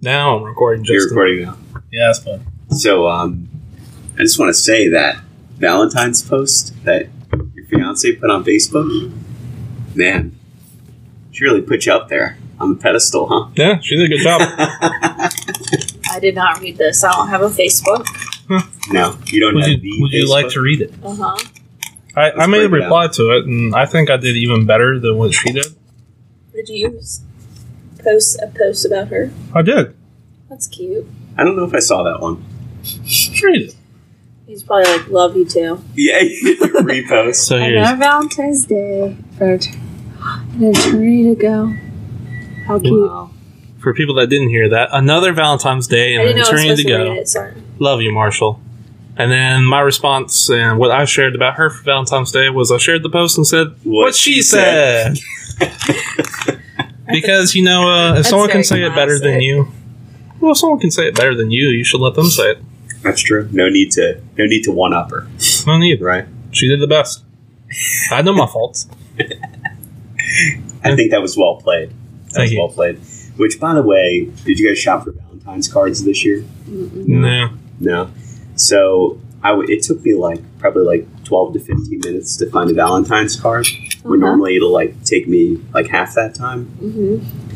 Now I'm recording You're just recording now. Yeah, that's fun. So, um, I just want to say that Valentine's post that your fiance put on Facebook, man, she really put you up there on the pedestal, huh? Yeah, she did a good job. I did not read this. I don't have a Facebook. No, you don't would have you, the would you like to read it? Uh huh. I, I Let's made a break it reply to it, and I think I did even better than what she did. Did you s- post a post about her? I did. That's cute. I don't know if I saw that one. Read it. He's probably like, love you too. Yeah, repost. So here's Valentine's Day for an eternity to go. How cute. Wow. for people that didn't hear that another Valentine's Day I and didn't know I was returning supposed to to, read go. it. Sorry. Love you, Marshall. And then my response and what I shared about her for Valentine's Day was I shared the post and said what, she said. because you know, uh, if That's someone can very say it better than classic. you, well, if someone can say it better than you, you should let them say it. That's true. No need to. No need to one up her. I don't need it. Right. She did the best. I know my faults. I think that was well played. That Thank was you. well played. Which, by the way, did you guys shop for Valentine's cards this year? No. No. So I w- it took me like probably like twelve to fifteen minutes to find a Valentine's card. When Uh-huh. normally it'll like take me like half that time. Mm-hmm.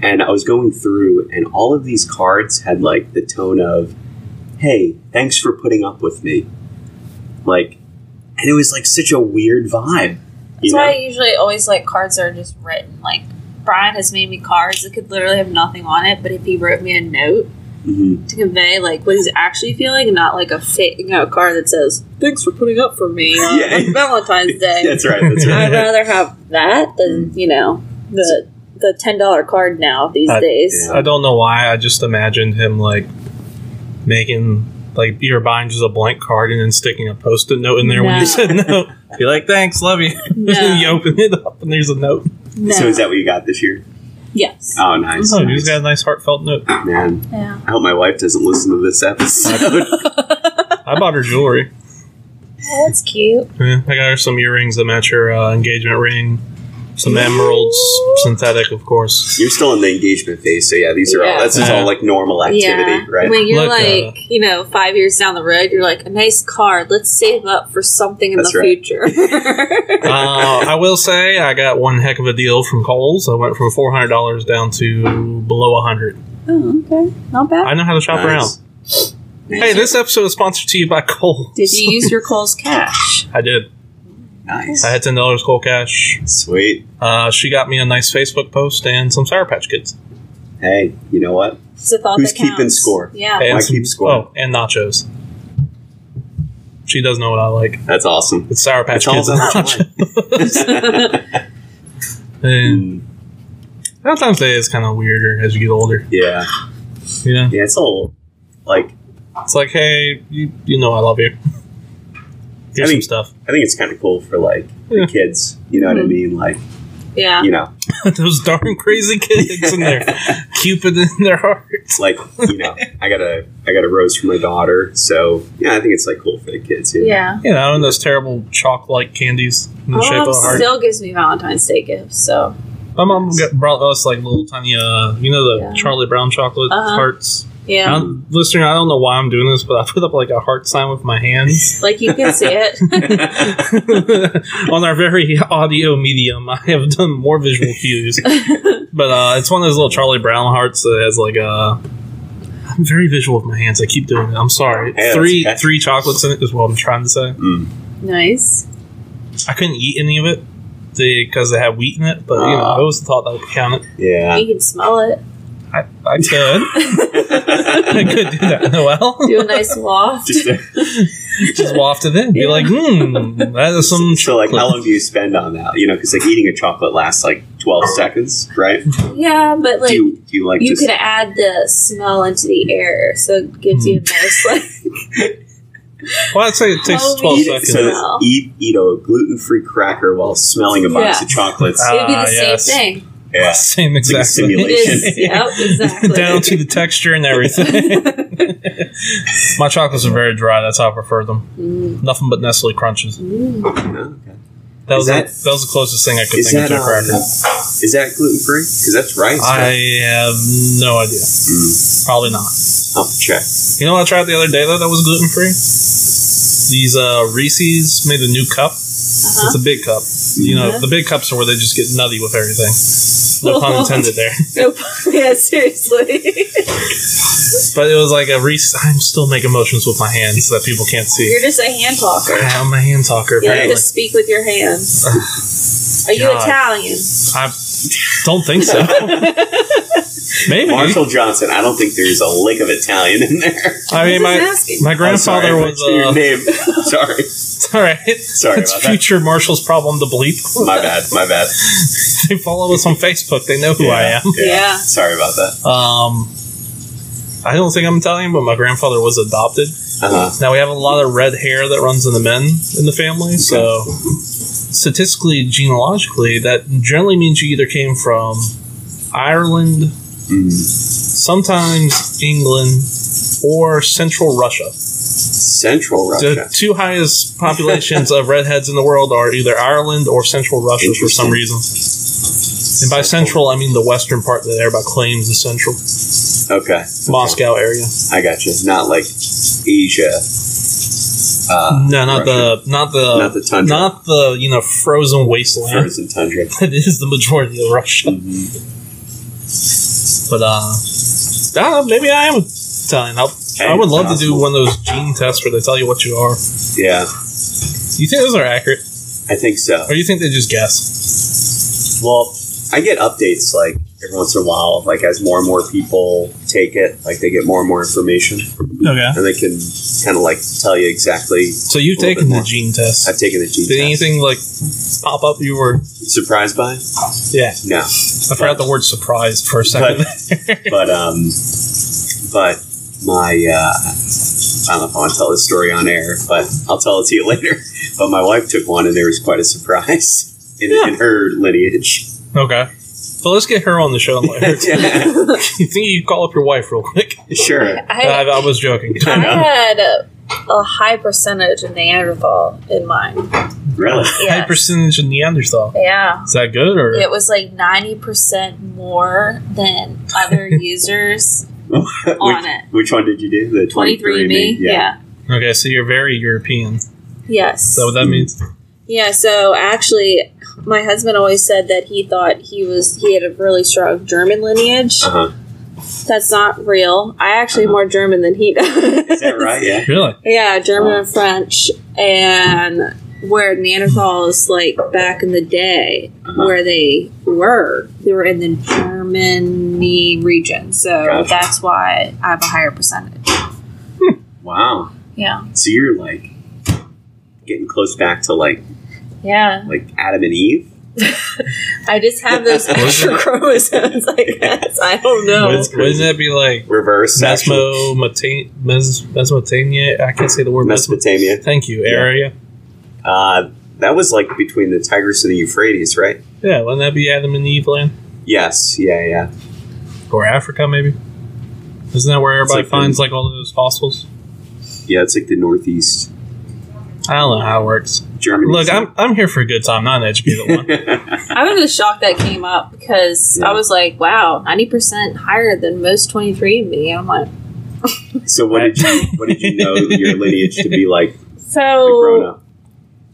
And I was going through, and all of these cards had like the tone of, "Hey, thanks for putting up with me." Like, and it was like such a weird vibe. That's You know? why I usually always like cards that are just written. Like, Brian has made me cards that could literally have nothing on it, but if he wrote me a note, Mhm. to convey like what he's actually feeling and not like a fake you know, a card that says thanks for putting up for me on Yeah. valentine's day That's right. That's i'd right. rather have that than you know the the ten dollar card now these Uh, days yeah. I don't know why. I just imagined him like making like you're buying just a blank card and then sticking a post-it note in there when No. you said no. You're like, thanks, love you. No. you open it up and there's a note. no. So is that what you got this year? yes Oh, nice. Oh, you nice. just got a nice heartfelt note. Man, yeah I hope my wife doesn't listen to this episode. I bought her jewelry. well, that's cute Yeah, I got her some earrings that match her uh, engagement ring, some emeralds, synthetic, of course. You're still in the engagement phase, so yeah, these are all Yeah. this is all like normal activity, yeah right? when you're Look, uh, like you know five years down the road you're like a nice card let's save up for something in That's the right. future Uh, I will say I got one heck of a deal from Kohl's. I went from four hundred dollars down to below a hundred. oh okay not bad I know how to shop Nice. around. Nice. Hey, this episode is sponsored to you by Kohl's. did you use your Kohl's cash I did. nice, I had ten dollars cold cash. sweet. Uh, she got me a nice Facebook post and some Sour Patch Kids Hey, you know what? It's a thought Who's that counts. keeping score? Yeah. and I some- keep score. Oh, and nachos. She does know what I like. That's awesome. It's Sour Patch It's all Kids and about nachos. joy. And Mm, Valentine's Day is kind of weirder as you get older. yeah, You know, yeah, it's all like it's like, hey, you, you know I love you. Here's I mean- some stuff. I think it's kind of cool for like Yeah. the kids. You know what I Mhm. mean? Like Yeah. you know, Those darn crazy kids in there, Cupid in their heart. like you know, I got a I got a rose for my daughter, so yeah, I think it's like cool for the kids. you know? Yeah. You know, and those terrible chalk-like candies in the My shape of mom a heart. Oh, still gives me Valentine's Day gifts, so My mom got, brought us like little tiny, uh, you know, the Yeah. Charlie Brown chocolate Uh-huh. hearts. I yeah. don't, listener, I don't know why I'm doing this, but I put up like a heart sign with my hands Like you can see it. on our very audio medium. I have done more visual cues, but uh, it's one of those little Charlie Brown hearts that has like a. I'm very visual with my hands. I keep doing it. I'm sorry. Hey, that's three okay. three chocolates in it is what I'm trying to say. Mm. nice. I couldn't eat any of it because they had wheat in it, but you know, Ah. I always thought that would count it. Yeah. You can smell it. I, I could. I could do that, Noel. Do a nice waft. Just a- just wafted in. Be Yeah. like, hmm, that is some. so like how chocolate." long do you spend on that you know because like eating a chocolate lasts like 12 seconds right yeah, but like do you, you do you like just can add the smell into the air, so it gives you a Hmm. nice like Well, I'd say it takes How 12 we- eat, full seconds. so second. that's- eat eat a gluten-free cracker while smelling a box Yeah. of chocolates Ah, it'd be the yes. same thing. yeah Same It's like a exact It simulation. is yep, exactly. Down to the texture and everything. My chocolates are very dry. That's how I prefer them. Mm, Nothing but Nestle crunches. mm. Oh, okay. That was that- the, that was the closest thing I could Is think of that, to a um, cracker. is that gluten free? Because that's rice. uh, I right? have no idea. Mm, Probably not. I'll have to check. You know what I tried the other day though that was gluten free? These uh, Reese's made a new cup. Uh-huh. It's a big cup. You know, Mhm. the big cups are where they just get nutty with everything. No pun intended there. No, yeah, seriously. But it was like a Reese. I'm still making motions with my hands that people can't see. You're just a hand talker. I am a hand talker. You like apparently. to speak with your hands. Are you God. Italian? I don't think so. Maybe. Marshall Johnson. I don't think there's a lick of Italian in there. I mean, I'm just my asking. my I'm sorry, grandfather I was. mentioned your Uh, name. sorry, it's all right. Sorry it's about that. future Marshall's problem to bleep. my bad. My bad. they follow us on Facebook. They know who Yeah, I Yeah. Yeah. Sorry about that. am. Um, I don't think I'm Italian, but my grandfather was adopted. Uh-huh. Now we have a lot of red hair that runs in the men in the family, so statistically, genealogically, that generally means you either came from Ireland, Mm. sometimes England, or Central Russia. Central Russia. The two highest populations of redheads in the world are either Ireland or Central Russia for some Interesting. reason. And by central, I mean the western part that everybody claims is central. Okay. Moscow area. I got you. Not like Asia. Uh, No, not the not the Not the tundra. Uh, not the, you know frozen wasteland. frozen tundra. Mm-hmm. that is the majority of Russia. But uh, I don't know, maybe I am Italian. I'll, Hey, I would it's love to do possible. one of those gene tests where they tell you what you are. Yeah, Do you think those are accurate, I think so. or do you think they just guess? Well, I get updates like every once in a while, like as more and more people take it, like they get more and more information, Okay. and they can kind of like tell you exactly. So you've A little taken bit the more. gene test. I've taken the G Did test. anything like pop up? You were Surprised by? it? yeah. No, I forgot the word surprised for a second. but um, but my uh, I don't know if I want to tell this story on air, but I'll tell it to you later. But my wife took one, and there was quite a surprise in, Yeah. in her lineage. okay. Well, let's get her on the show and let her. yeah, you think you call up your wife real quick? sure. I, I, I was joking. I had a, a high percentage of Neanderthal in mine. Really? High Yeah. percentage of Neanderthal. yeah. Is that good or? It was like ninety percent more than other users on which, it. which one did you do? The Twenty three me, Yeah. yeah. Okay, so you're very European. Is Yes. that what that means? Yeah, so actually, my husband always said that he thought he was he had a really strong German lineage. Uh-huh. That's not real. I actually am Uh-huh. more German than he does. Is that right? Uh-huh. Yeah. Really? Yeah, German and French, and where Neanderthals like back in the day, Uh-huh. where they were, they were in the Germany region. So Gotcha. that's why I have a higher percentage. Wow. Yeah. So you're like getting close back to like Yeah, like Adam and Eve. I just have those extra chromosomes. I guess I don't know. That's Wouldn't, wouldn't crazy. that be like Reverse sexual- Mesomota- Mes- Mesopotamia? I can't say the word Mesopotamia. Mesopotamia. Thank you, Yeah. area. Uh, that was like between the Tigris and the Euphrates, right? Yeah, wouldn't that be Adam and Eve land? Yes. Yeah. Yeah. Or Africa, maybe? Isn't that where It's everybody like in- finds like all those fossils? Yeah. It's like the Northeast I don't know how it works. Germany. Look, I'm, I'm here for a good time, not an educated one. I was just shocked that came up because Yeah. I was like, wow, 90% higher than most 23andMe. I'm like, so what did you what did you know your lineage to be like grown so, up?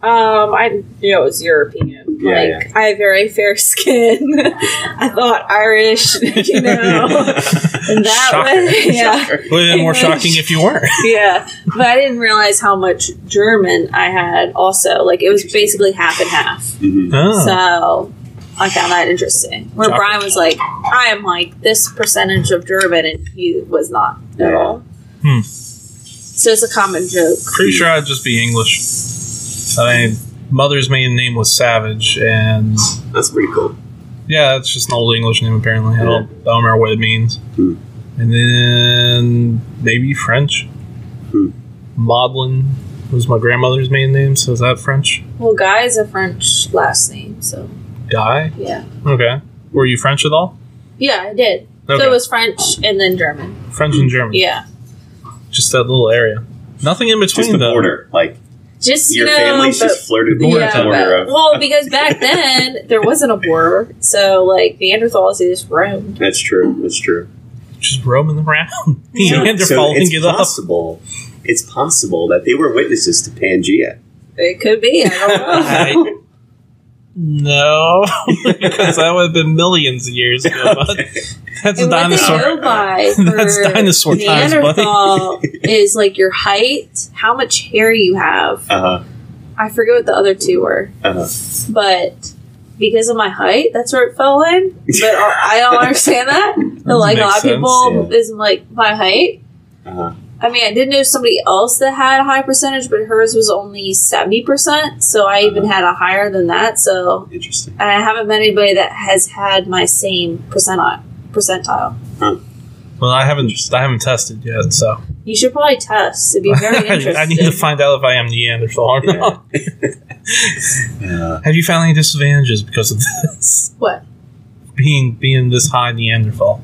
um, I knew it was European. Yeah, like, yeah. I have very fair skin. I thought Irish, you know. And that Shocker. was, Oh, yeah, Would have been more English. shocking if you weren't. yeah. But I didn't realize how much German I had also. Like, it was basically half and half. Mhm. Oh. So I found that interesting. Where Chocolate. Brian was like, I am like this percentage of German, and he was not at Yeah. all. Hmm. So it's a common joke. Pretty sure I'd just be English. I mean, mother's maiden name was Savage, and That's pretty cool. Yeah, it's just an old English name apparently. I don't, I don't remember what it means. Hmm. And then maybe French. Hmm. Maudlin was my grandmother's maiden name, so is that French? Well, Guy is a French last name, so Guy? yeah. Okay. Were you French at all? Yeah, I did. Okay. So it was French and then German. French and German. Yeah. Just that little area. Nothing in between Just the though. border, like Just Your you know, family's but- just flirted with Yeah, the border of. well, because back then there wasn't a border, so like Neanderthals they just roamed. That's true. That's true. Just roaming around. Yeah. and they're following it's it up. possible. It's possible that they were witnesses to Pangea. It could be. I I- don't know. No, because that would have been millions of years ago. But that's a and what they dinosaur. go by That's for dinosaur times, buddy. Neanderthal is like your height, how much hair you have. Uh I forget what the other two were, huh. Uh huh. but because of my height, that's where it fell in. But uh, I I don't understand that. But like a Makes lot of sense, people is like my height. Uh-huh. I mean, I did know somebody else that had a high percentage, but hers was only seventy percent. So I Uh-huh. even had a higher than that. So Interesting. and I haven't met anybody that has had my same percentile. Percentile. Well, I haven't I haven't tested yet, so You should probably test. It'd be very interesting. I, need to find out if I am Neanderthal or not. Uh, Have you found any disadvantages because of this? What? Being being this high Neanderthal.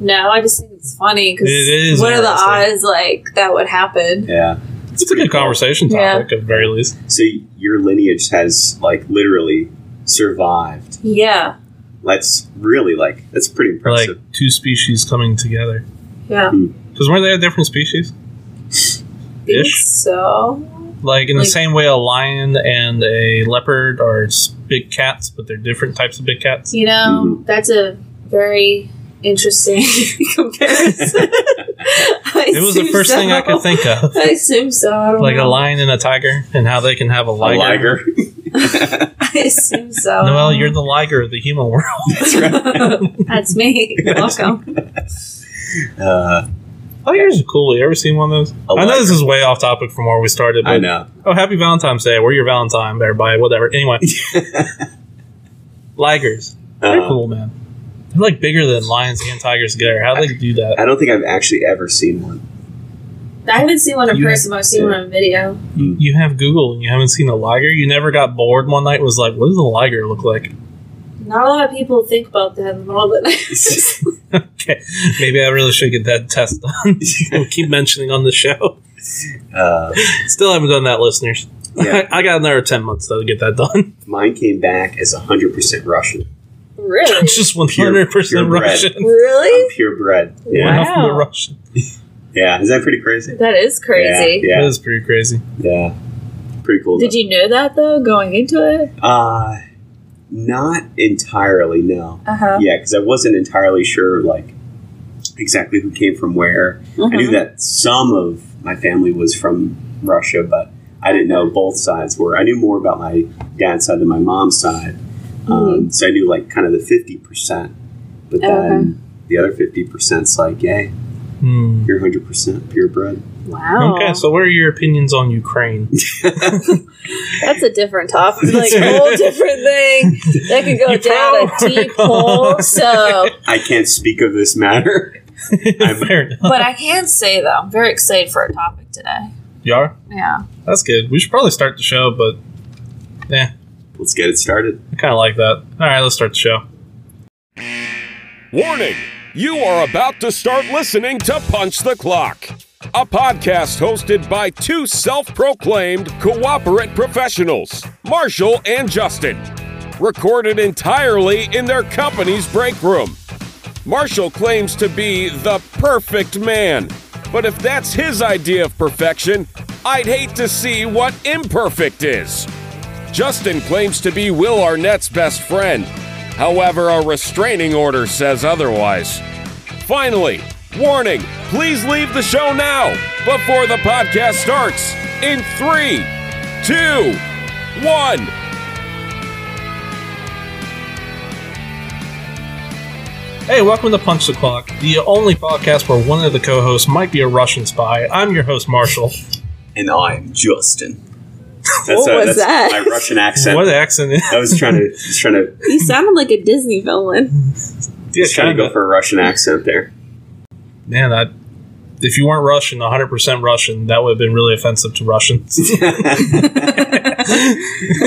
No, I just think it's funny because It is what are the interesting. odds like that would happen? yeah. It's, a good conversation Yeah. topic at the very least. So your lineage has like literally survived. Yeah, That's really like that's pretty Or like impressive. two species coming together. yeah. Because weren't they different species? Think Ish. So Like in Like- the same way a lion and a leopard are s- big cats, but they're different types of big cats. you know Mm-hmm. that's a very interesting comparison. It was the first thing I could think of. I assume so. I don't like a know. lion and a tiger, and how they can have a a liger. liger. I assume so. Noelle, you're the liger of the human world. That's me. You're Welcome. uh, Ligers are Oh, cool. You ever seen one of those? A I know this liger. is way off topic from where we started, but I know. oh, happy Valentine's Day. We're your Valentine, everybody. Whatever. Anyway, ligers. They're Uh, cool, man. They're like bigger than lions and tigers together. How do they do that? I don't think I've actually ever seen one. I haven't seen one in You- person. but I've seen yeah. one on video. You you have Google and you haven't seen a liger. You never got bored one night. and Was like, what does a liger look like? Not a lot of people think about that in the world, but Okay, maybe I really should get that test done. we keep mentioning on the show. Uh, Still haven't done that, listeners. Yeah. I, I got another 10 months though to get that done. mine came back as 100% Russian. really, It's just 100% pure bread. Russian. really, I'm purebred. Yeah. Wow. Half of the Russian. Yeah. Is that pretty crazy? that is crazy. Yeah. That Yeah. is pretty crazy. yeah. Pretty cool. Did you know that though going into it? Uh, not entirely, no. Uh huh. Yeah, because I wasn't entirely sure, like, exactly who came from where. I Uh-huh. knew that some of my family was from Russia, but I didn't know both sides were. I knew more about my dad's side than my mom's side. Mm-hmm. Um, so I knew, like, kind of the 50%. But then Uh-huh. the other 50%'s like, yay, Hmm. you're 100% purebred. Wow. Okay, so what are your opinions on Ukraine? That's a different topic, like a whole different thing that could go You down a probably deep hole. So, I can't speak of this matter. I'm- Fair enough. but I can say though, I'm very excited for a topic today. You are? Yeah. That's good. We should probably start the show, but Let's get it started. I kind of like that. All right, let's start the show. Warning! You are about to start listening to Punch the Clock, a podcast hosted by two self proclaimed cooperate professionals, Marshall and Justin, recorded entirely in their company's break room. Marshall claims to be the perfect man, but if that's his idea of perfection, I'd hate to see what imperfect is. Justin claims to be Will Arnett's best friend. However, a restraining order says otherwise. Finally, warning please leave the show now before the podcast starts in three, two, one. Hey, welcome to Punch the Clock, the only podcast where one of the co hosts might be a Russian spy. I'm your host, Marshall. And I'm Justin. What was that? My Russian accent. What accent is I was trying to just trying to you sounded like a Disney villain. yeah, just trying to go kinda. for a Russian accent there. Man, I, if you weren't Russian, 100% Russian, that would have been really offensive to Russians.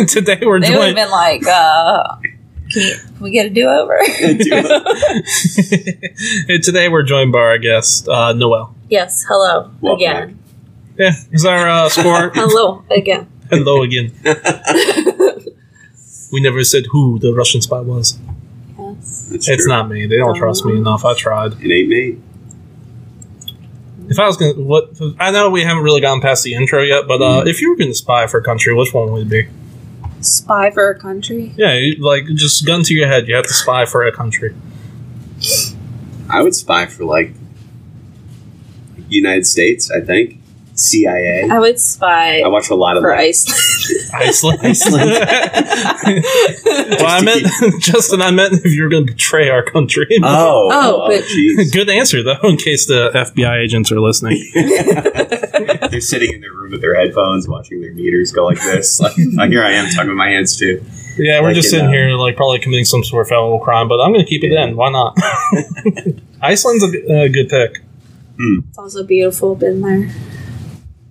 Today we're They would have doing. been like, uh, can, you, can we get a do over? And today we're joined by our guest, uh, Noel. Yes, hello Welcome again. Yeah, is our uh, score? Hello again. and low again. we never said who the Russian spy was. Yes. That's It's true. Oh. not me. They don't trust me enough. I tried. It ain't me. If I was gonna, what I know we haven't really gotten past the intro yet, but uh, Mm. if you were gonna spy for a country, which one would it be? Spy for a country. Yeah, you, like just gun to your head, you have to spy for a country. I would spy for like United States. I think CIA. I would spy I watch a lot of for that. Iceland. Iceland. Iceland. well, I meant Justin. I meant if you were gonna betray our country. Oh, Oh, but- jeez. Good answer though, in case the FBI agents are listening. They're sitting in their room with their headphones, watching their meters go like this. Like, like here I am talking with my hands too. Yeah, we're Like just in, sitting uh, here like probably committing some sort of federal crime, but I'm gonna keep it Yeah. in. Why not? Iceland's a, g- a good pick. It's also beautiful. Been there.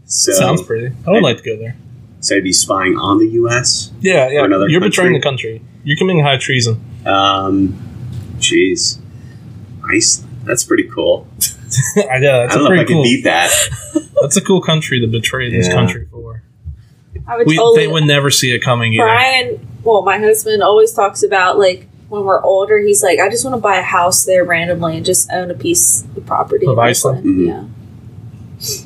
So, Sounds pretty. I would like to go there. so I'd be spying on the U.S. Yeah, yeah. another You're betraying the country. You're committing high treason. Um, jeez, Iceland. That's pretty cool. I yeah, I that's don't a know if I pretty can cool. beat that. That's a cool country to betray this Yeah. country for. I would We, totally. they would never see it coming either. Brian, well, my husband always talks about like when we're older. He's like, I just want to buy a house there randomly and just own a piece of property Of in Iceland? Mhm. Yeah,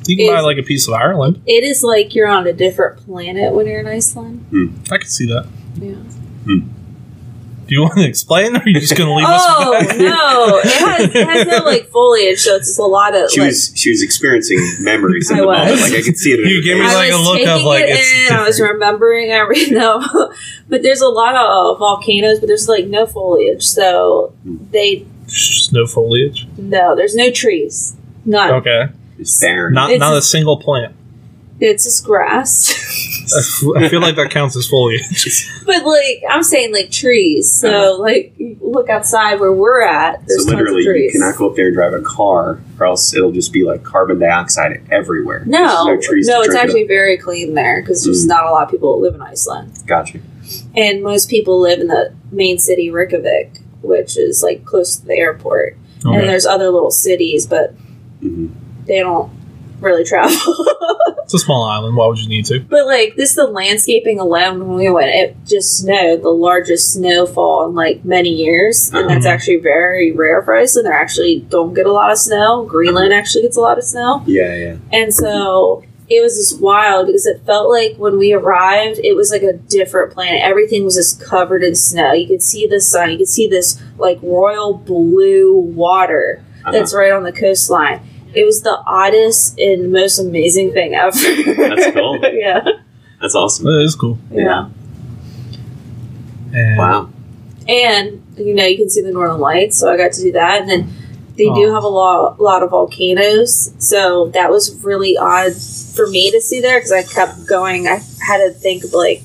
You can buy is- like a piece of Ireland. it is like you're on a different planet when you're in Iceland. I can see that. Yeah. Do you want to explain, or are you just going to leave us? Oh with that? no, it has, it has no like foliage, so it's just a lot of. She like, was she was experiencing memories in I the was. moment. Like I could see it. In You her gave me face. like I a was look taking of like it in. it's I was remembering everything. No, but there's a lot of uh, volcanoes, but there's like no foliage, so Mm. they Just no foliage. no, there's no trees. None. Okay, It's barren. not It's- not a single plant. It's just grass. I f- I feel like that counts as foliage. But like I'm saying, like trees. So Uh-huh. like, you look outside where we're at. There's so tons literally, of you trees. cannot go up there and drive a car, or else it'll just be like carbon dioxide everywhere. no, no, There's trees to it's trigger actually very clean there because there's Mm. not a lot of people that live in Iceland, that. Gotcha. and most people live in the main city Reykjavik, which is like close to the airport, and Okay. there's other little cities, but hmm they don't really travel. It's a small island. Why would you need to? but like this, the landscaping alone when we went, it just snowed the largest snowfall in like many years, and that's Mhm. Mm-hmm. actually very rare for Iceland. They actually don't get a lot of snow. Greenland actually gets a lot of snow, Yeah, yeah. and so it was just wild because it felt like when we arrived, it was like a different planet. Everything was just covered in snow. You could see the sun. You could see this like royal blue water Uh-huh. that's right on the coastline. It was the oddest and most amazing thing ever. That's cool. yeah. That's awesome. That is cool. Yeah. And Wow. And, you know, you can see the northern lights, so I got to do that. And then they do Oh. have a lot, lot of volcanoes, so that was really odd for me to see there because I kept going. I had to think, of, like,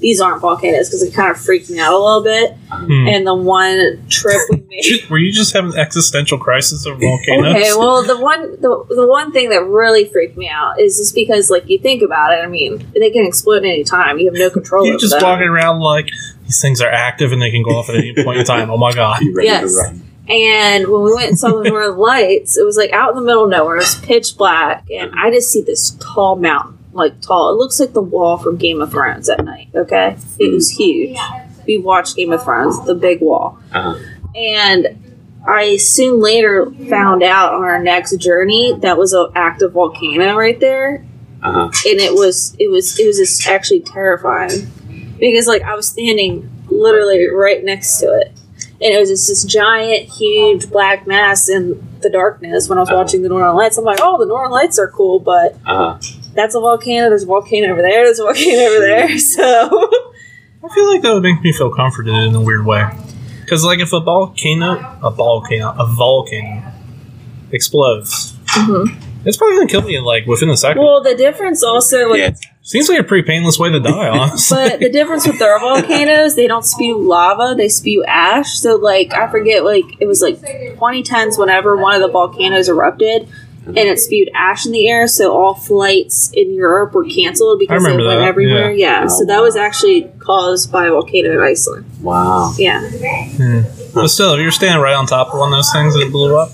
these aren't volcanoes because it kind of freaked me out a little bit. Hmm. And the one trip we made. Ju- were you just having an existential crisis of volcanoes? Okay, well, the one the, the one thing that really freaked me out is just because, like, you think about it. I mean, they can explode at any time. You have no control. You're over just them. walking around like these things are active and they can go off at any point in time. Oh my god! You ready Yes. to run? And when we went and saw the Northern Lights, it was like out in the middle of nowhere. It was pitch black, and I just see this tall mountain, like tall. It looks like the wall from Game of Thrones at night. Okay, it was huge. We watched Game of Thrones, the big wall. Uh-huh. and I soon later found out on our next journey that was an active volcano right there, Uh-huh. and it was it was it was just actually terrifying because like I was standing literally right next to it, and it was just this giant, huge black mass in the darkness. When I was Oh. watching the Northern Lights, I'm like, oh, the Northern Lights are cool, but Uh-huh. that's a volcano. There's a volcano over there. There's a volcano over there. So I feel like that would make me feel comforted in a weird way. Because, like, if a volcano, a volcano, a volcano explodes, it's probably going to kill me, like, within a second. Mm-hmm. well, the difference also like yeah. Seems like a pretty painless way to die, honestly. But the difference with their volcanoes, they don't spew lava, they spew ash. So like I forget like it was like 2010s whenever one of the volcanoes erupted and it spewed ash in the air, so all flights in Europe were canceled because it remember went that, everywhere. Yeah. So that was actually caused by a volcano in Iceland. Wow. Yeah. Hmm. But still, if you're standing right on top of one of those things that blew up,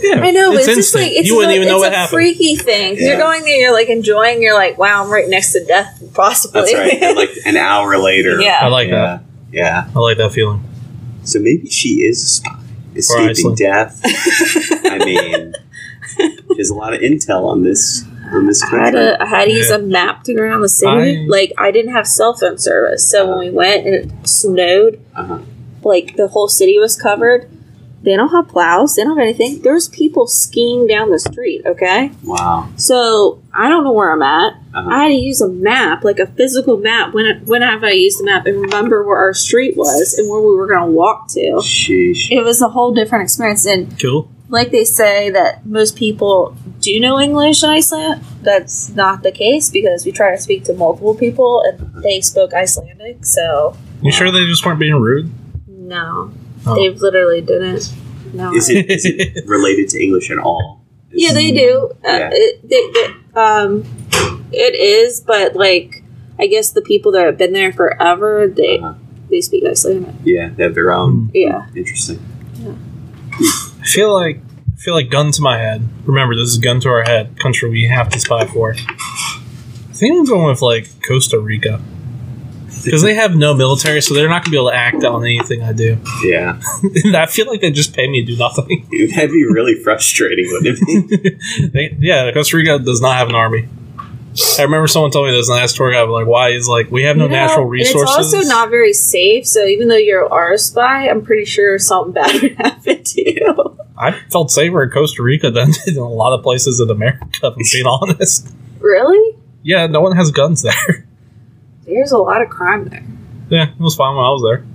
Yeah, I know, but it's, just instant. like it's you wouldn't a, even know it's what a happened. freaky thing. 'Cause You're Yeah. going there, you're like enjoying, you're like, wow, I'm right next to death, possibly. That's right. And like an hour later. Yeah. I like yeah. Yeah. that. I like that feeling. So maybe she is a spy. Escaping Iceland. death. I mean, there's a lot of intel on this on this I had country. to, I had to use a map to go around the city. I- like I didn't have cell phone service, so when we went and it snowed, Uh-huh. like the whole city was covered. They don't have plows. They don't have anything. There's people skiing down the street. Okay, Wow. so I don't know where I'm at. Uh-huh. I had to use a map, like a physical map. When when have I used a map and remember where our street was and where we were going to walk to? Sheesh. It was a whole different experience, and Cool. like they say that most people do know English in Iceland. That's not the case because we try to speak to multiple people and they spoke Icelandic, so You sure they just weren't being rude? no. Oh. They literally didn't. No. Is it is it related to English at all? Is- yeah, they do. Yeah. Uh, it, they, they, um, it is, but like, I guess the people that have been there forever, they Uh-huh. they speak Icelandic. Yeah, they have their own. Yeah. Hmm. Interesting. I feel like I feel like gun to my head. Remember, this is gun to our head. Country we have to spy for. I think I'm going with like Costa Rica because they have no military, so they're not gonna be able to act on anything I do. Yeah. I feel like they just pay me to do nothing. That'd be really frustrating, wouldn't it? be? They, yeah, Costa Rica does not have an army. I remember someone told me this, and I asked tour guide, like, why? He's like, we have no You know, natural and resources. It's also not very safe, so even though you are a spy, I'm pretty sure something bad would happen to you. I felt safer in Costa Rica than in a lot of places in America, if I'm being honest. Really? Yeah, no one has guns there. There's a lot of crime there. Yeah, it was fine when I was there.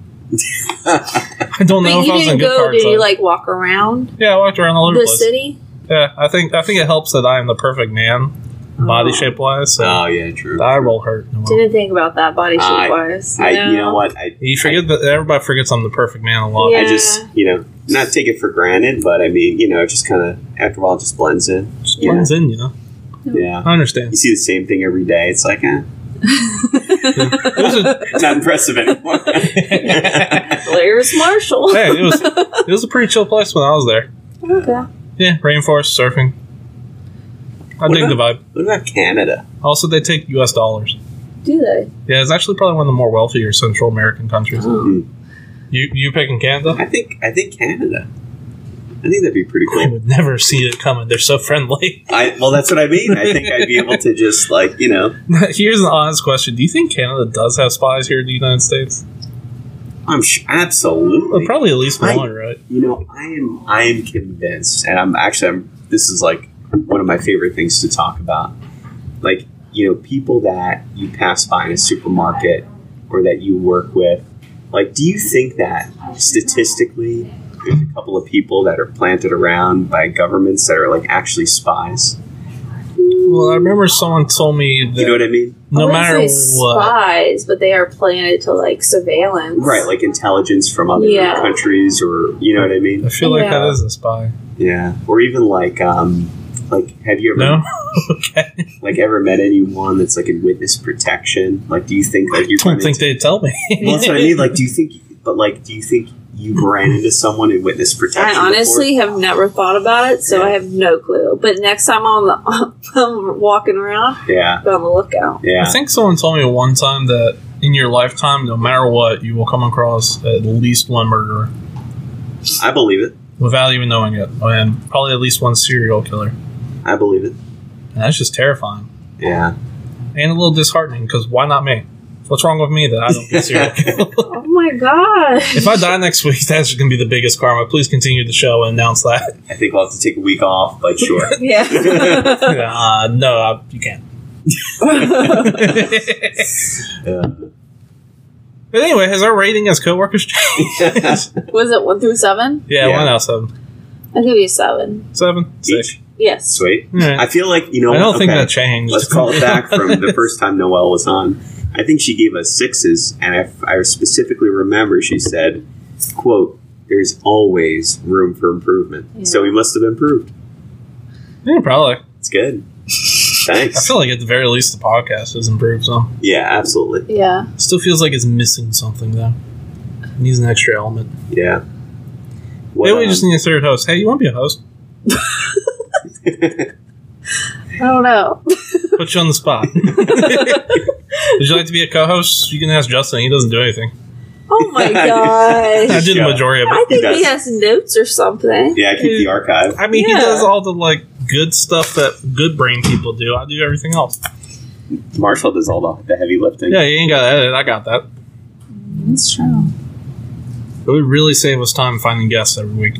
I don't know But if you I was didn't in good go, parts. did of it. you like walk around yeah, I walked around all over the the place. city? Yeah, I think I think it helps that I am the perfect man, body shape wise. So Ah. oh yeah, true. I roll hurt. Didn't think about that body shape I- wise. I, you know what? I, You forget that everybody forgets I'm the perfect man a lot. Yeah. I just, you know, not take it for granted, but I mean, you know, it just kind of, after a while, it just blends in. It just blends in, you know. Yeah. I understand. You see the same thing every day. It's like, eh, It was a, it's not impressive anymore. yeah. There's Marshall. hey, it was it was a pretty chill place when I was there. okay. Yeah, rainforest surfing. I What dig the vibe. What about Canada? Also, they take U.S. dollars. Do they? Yeah, it's actually probably one of the more wealthier Central American countries. Hmm. Mm. You you picking Canada? I think, I think Canada. I think that'd be pretty I cool. would never see it coming. They're so friendly. I, well, that's what I mean. I think I'd be able to just, like, you know, Here's an honest question: Do you think Canada does have spies here in the United States? I'm sh- Well, absolutely. probably at least I- one, right? You know, I am I am convinced, and I'm actually I'm, this is like one of my favorite things to talk about. Like you know, people that you pass by in a supermarket or that you work with. Like, do you think that statistically, there's a couple of people that are planted around by governments that are like actually spies? Well, I remember someone told me that You know what I mean? no I matter wouldn't what, say spies, but they are planted to like surveillance. Right, like intelligence from other Yeah. countries, or you know what I mean? I feel like Yeah. that is a spy. Yeah, or even like um, like have you ever No, okay. like ever met anyone that's like in witness protection? Like, do you think like you I don't think they'd tell me. well, that's what I mean. Like, do you think? But like, do you think you ran into someone in witness I protection? honestly have never thought about it, so Yeah. I have no clue. But next time I'm, on the, I'm walking around, before? yeah, I'm on the lookout. yeah. I think someone told me one time that in your lifetime, no matter what, you will come across at least one murderer I believe it. without even knowing it, and probably at least one serial killer. I believe it. And that's just terrifying Yeah, and a little disheartening because why not me? What's wrong with me that I don't get serial killed? Oh my god! if I die next week, that's going to be the biggest karma. Please continue the show and announce that. I think I'll have to take a week off, but sure. yeah. uh, no, I, you can't. Yeah. But anyway, has our rating as coworkers changed? Was it one through seven? yeah, Yeah. one out of seven. I'll give you seven. Seven? Six. Each? Yes. Sweet. Alright. I feel like you know. I don't what? think Okay. that changed. Let's call it back from the first time Noelle was on. I think she gave us sixes, and I, I specifically remember she said, "quote There's always room for improvement, so we must have improved. Yeah, probably. It's good. I Thanks. feel like at the very least the podcast has improved some. Yeah, absolutely. Yeah. Still feels like it's missing something though. Needs an extra element. Yeah. What, Maybe we um, just need a third host. Hey, you want to be a host? I don't know. Put you on the spot. Would you like to be a co-host? You can ask Justin. He doesn't do anything. Oh my gosh. I did the Yeah. majority of I it. think He he does. has notes or something. Yeah, I keep the archive. I mean, he Yeah. does all the like good stuff that good brain people do. I do everything else. Marshall does all the, the heavy lifting. Yeah, you ain't got to edit. I got that. That's true. It would really save us time finding guests every week.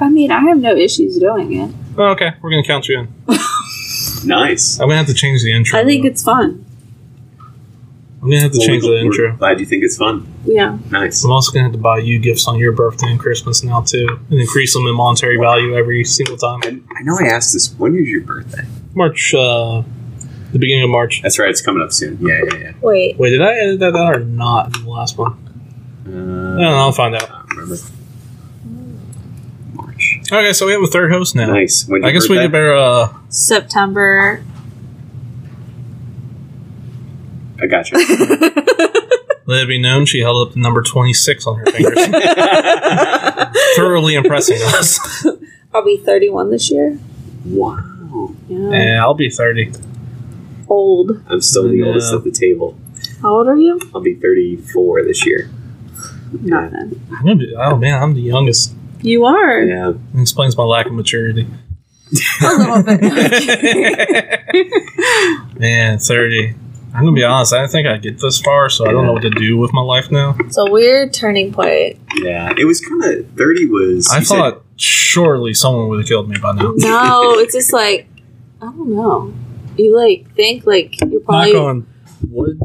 I mean, I have no issues doing it. Oh, okay, we're gonna count you in. Nice. I'm gonna have to change the intro. I think though. it's fun. I'm gonna have to Well, change we're- the we're intro. Glad you think it's fun. Yeah. Nice. I'm also gonna have to buy you gifts on your birthday and Christmas now too, and increase them in monetary value every single time. And I know I asked this. When is your birthday? March, uh, the beginning of March. That's right. It's coming up soon. Yeah, yeah, Wait. Wait, did I edit that out or not in the last one? yeah. I don't know. Uh, I'll find out. I don't remember. March. Okay, so we have a third host now. Nice. When's I your guess we birthday? did better. Uh, September. I got you. let it be known she held up the number 26 on her fingers, thoroughly impressing us. I'll be 31 this year. wow. Yeah. Yeah, I'll be 30. Old. I'm still the I oldest know. at the table. How old are you? I'll be 34 this year. Nothing. I'm gonna be, oh man, I'm the youngest. You are. Yeah. It explains my lack of maturity. A little bit. Man, 30. I'm gonna be honest, I didn't think I'd get this far, so I don't know what to do with my life now. It's a weird turning point. Yeah. It was kind of 30 was. I you said- thought surely someone would have killed me by now. No, it's just like, I don't know. You like think like you're probably. Knock on wood.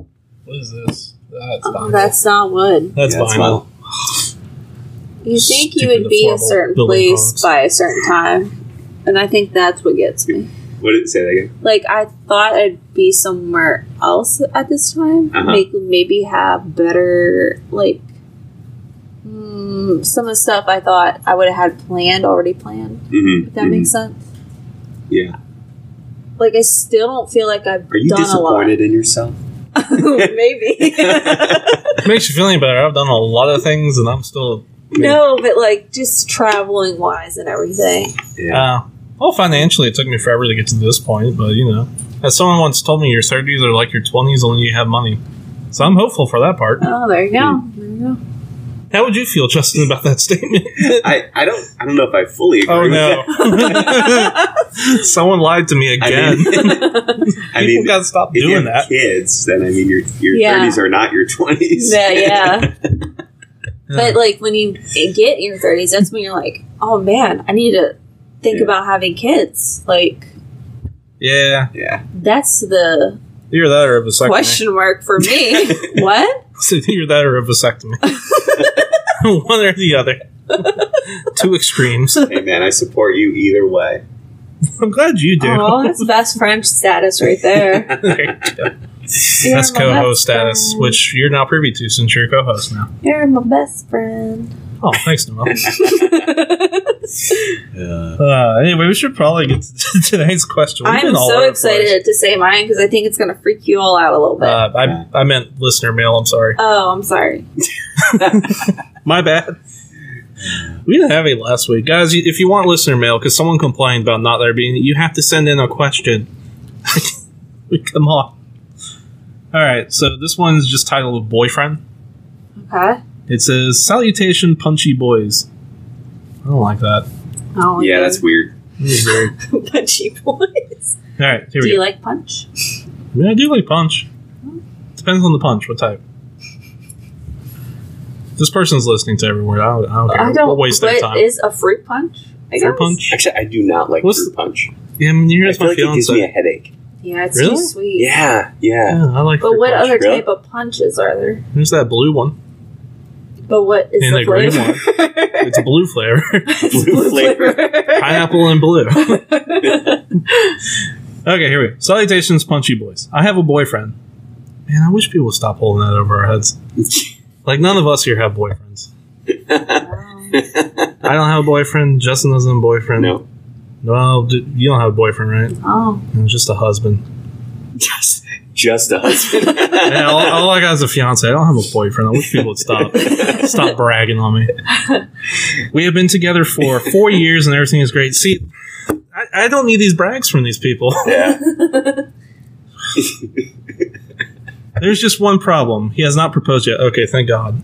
What is this? That's Oh, vinyl. that's not wood. That's Yeah, that's vinyl. You think you Stupid would be a affordable certain building products. place by a certain time. And I think that's what gets me. what did it say that again? Like, I thought I'd be somewhere else at this time. Uh-huh. Make, maybe have better, like, mm, some of the stuff I thought I would have had planned, already planned. Mm-hmm. If that makes sense. Yeah. Like, I still don't feel like I've Mm-hmm. Are you done a lot. disappointed in yourself? maybe. Makes you feel any better. I've done a lot of things and I'm still. no, but, like, just traveling wise and everything. Yeah. Uh, well, financially, it took me forever to get to this point, but you know. As someone once told me, your 30s are like your 20s, only you have money. So I'm hopeful for that part. Oh, there you go. There you Hmm. go. How would you feel, Justin, about that statement? I, I don't I don't know if I fully agree. Oh with no! that. Someone lied to me I again. mean, I People mean gotta stop if you doing have that. kids, then I mean your your Yeah. 30s are not your 20s. Yeah, yeah. But Uh. like when you get in your thirties, that's when you're like, oh man, I need to think Yeah. about having kids. Like yeah, yeah. that's the either that or a vasectomy. question mark for me. what? So either that or a vasectomy. One or the other. Two extremes. Hey man, I support you either way. I'm glad you do. Oh, that's best friend status right there. There you go. You're That's my co-host best status, friend. which you're now privy to since you're a co-host now. You're my best friend. Oh, thanks, Noel. Uh, anyway, we should probably get to today's question. We've I'm been all so over the excited to say mine because I think it's gonna freak you all out a little place. bit. Uh, I, I meant listener mail. I'm sorry. oh, I'm sorry. My bad. We didn't have any last week, guys. you- If you want listener mail, because someone complained about not there being, you have to send in a question. Come on. All right, so this one's just titled "Boyfriend." Okay. It says "Salutation, punchy boys." I don't like that. Oh, Yeah, that's weird. This is weird. punchy boys. All right, here Do we you go. like punch? yeah, I do like punch. Depends on the punch. What type? This person's listening to every word. I don't, I don't care. I don't. we'll waste their what time. is a fruit punch? I Fruit guess? punch. Actually, I do not like What's- fruit punch. Yeah, I mean, I here's feel my like it gives fiance. me a headache. Yeah, it's Really? too sweet. Yeah, yeah. Yeah, I like. But fruit what punch. other really? type of punches are there? There's that blue one. But what is And the the green flavor? It's a blue flavor. Blue flavor. Pineapple and blue. okay, here we go. Salutations, punchy boys. I have a boyfriend. Man, I wish people would stop holding that over our heads. Like, none of us here have boyfriends. I don't have a boyfriend. Justin doesn't have a boyfriend. No. Well, d- you don't have a boyfriend, right? oh, It's just a husband. Just just a husband. Yeah, all, all I got is a fiance. I don't have a boyfriend. I wish people would stop stop bragging on me. We have been together for four years and everything is great. See, I, I don't need these brags from these people. yeah. There's just one problem. He has not proposed yet. Okay, thank God.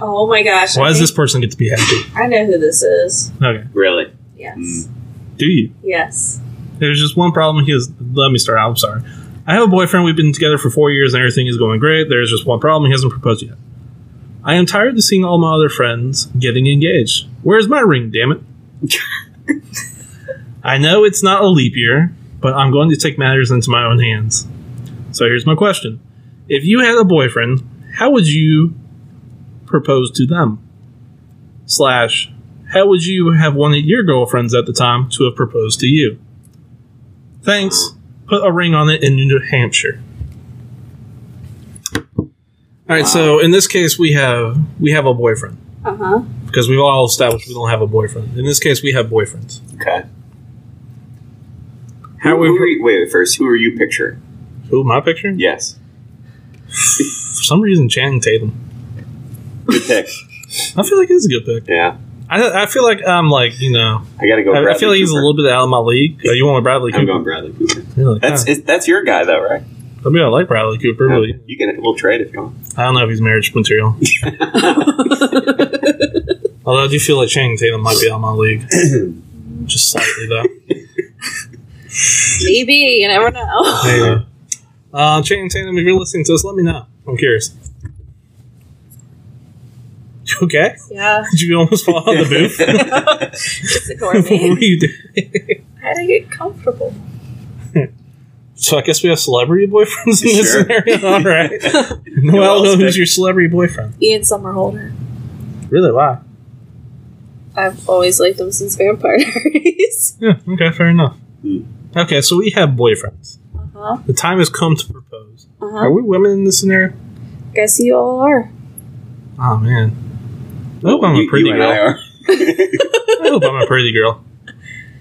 Oh my gosh. Why I does this think- person get to be happy? I know who this is. Okay, really? Yes. Mm. do you? Yes. There's just one problem. He has. Let me start. out. I'm sorry. I have a boyfriend. We've been together for four years and everything is going great. There's just one problem. He hasn't proposed yet. I am tired of seeing all my other friends getting engaged. Where's my ring, damn it? I know it's not a leap year, but I'm going to take matters into my own hands. So here's my question If you had a boyfriend, how would you propose to them? Slash, how would you have wanted your girlfriends at the time to have proposed to you? Thanks. Put a ring on it in New Hampshire. All right, so in this case, we have we have a boyfriend Uh huh. because we've all established we don't have a boyfriend. In this case, we have boyfriends. Okay. How who, we- who are you, wait, wait, first, who are you picturing? Who my picture? Yes. For some reason, Channing Tatum. Good pick. I feel like he's a good pick. Yeah. I, I feel like I'm like you know I gotta go. I, I Bradley feel like he's a Cooper. little bit out of my league. Oh, you want with Bradley I'm Cooper? going Bradley Cooper. You're like, That's huh. it, that's your guy though, right? I mean, I like Bradley Cooper, Yeah. but You can we'll trade if you want. I don't know if he's marriage material. Although I do feel like Channing Tatum might be out of my league, just slightly though. Maybe. You never know. Maybe. Uh, Channing Tatum, if you're listening to this, let me know. I'm curious. You Okay, Yeah. did you almost fall out of the booth? Just ignore what were me. you doing? I had to get comfortable. So I guess we have celebrity boyfriends in this Sure. scenario. All right, Noel Noel, who's Smith. your celebrity boyfriend? Ian Somerhalder. Really? Why? I've always liked him since Vampire Diaries. Yeah. Okay. Fair enough. Hmm. Okay, so we have boyfriends. Uh huh. The time has come to propose. Uh Are huh. we women in this scenario? Guess you all are. Oh man. I hope I'm you, a pretty you and girl. I I, are. hope I'm a pretty girl.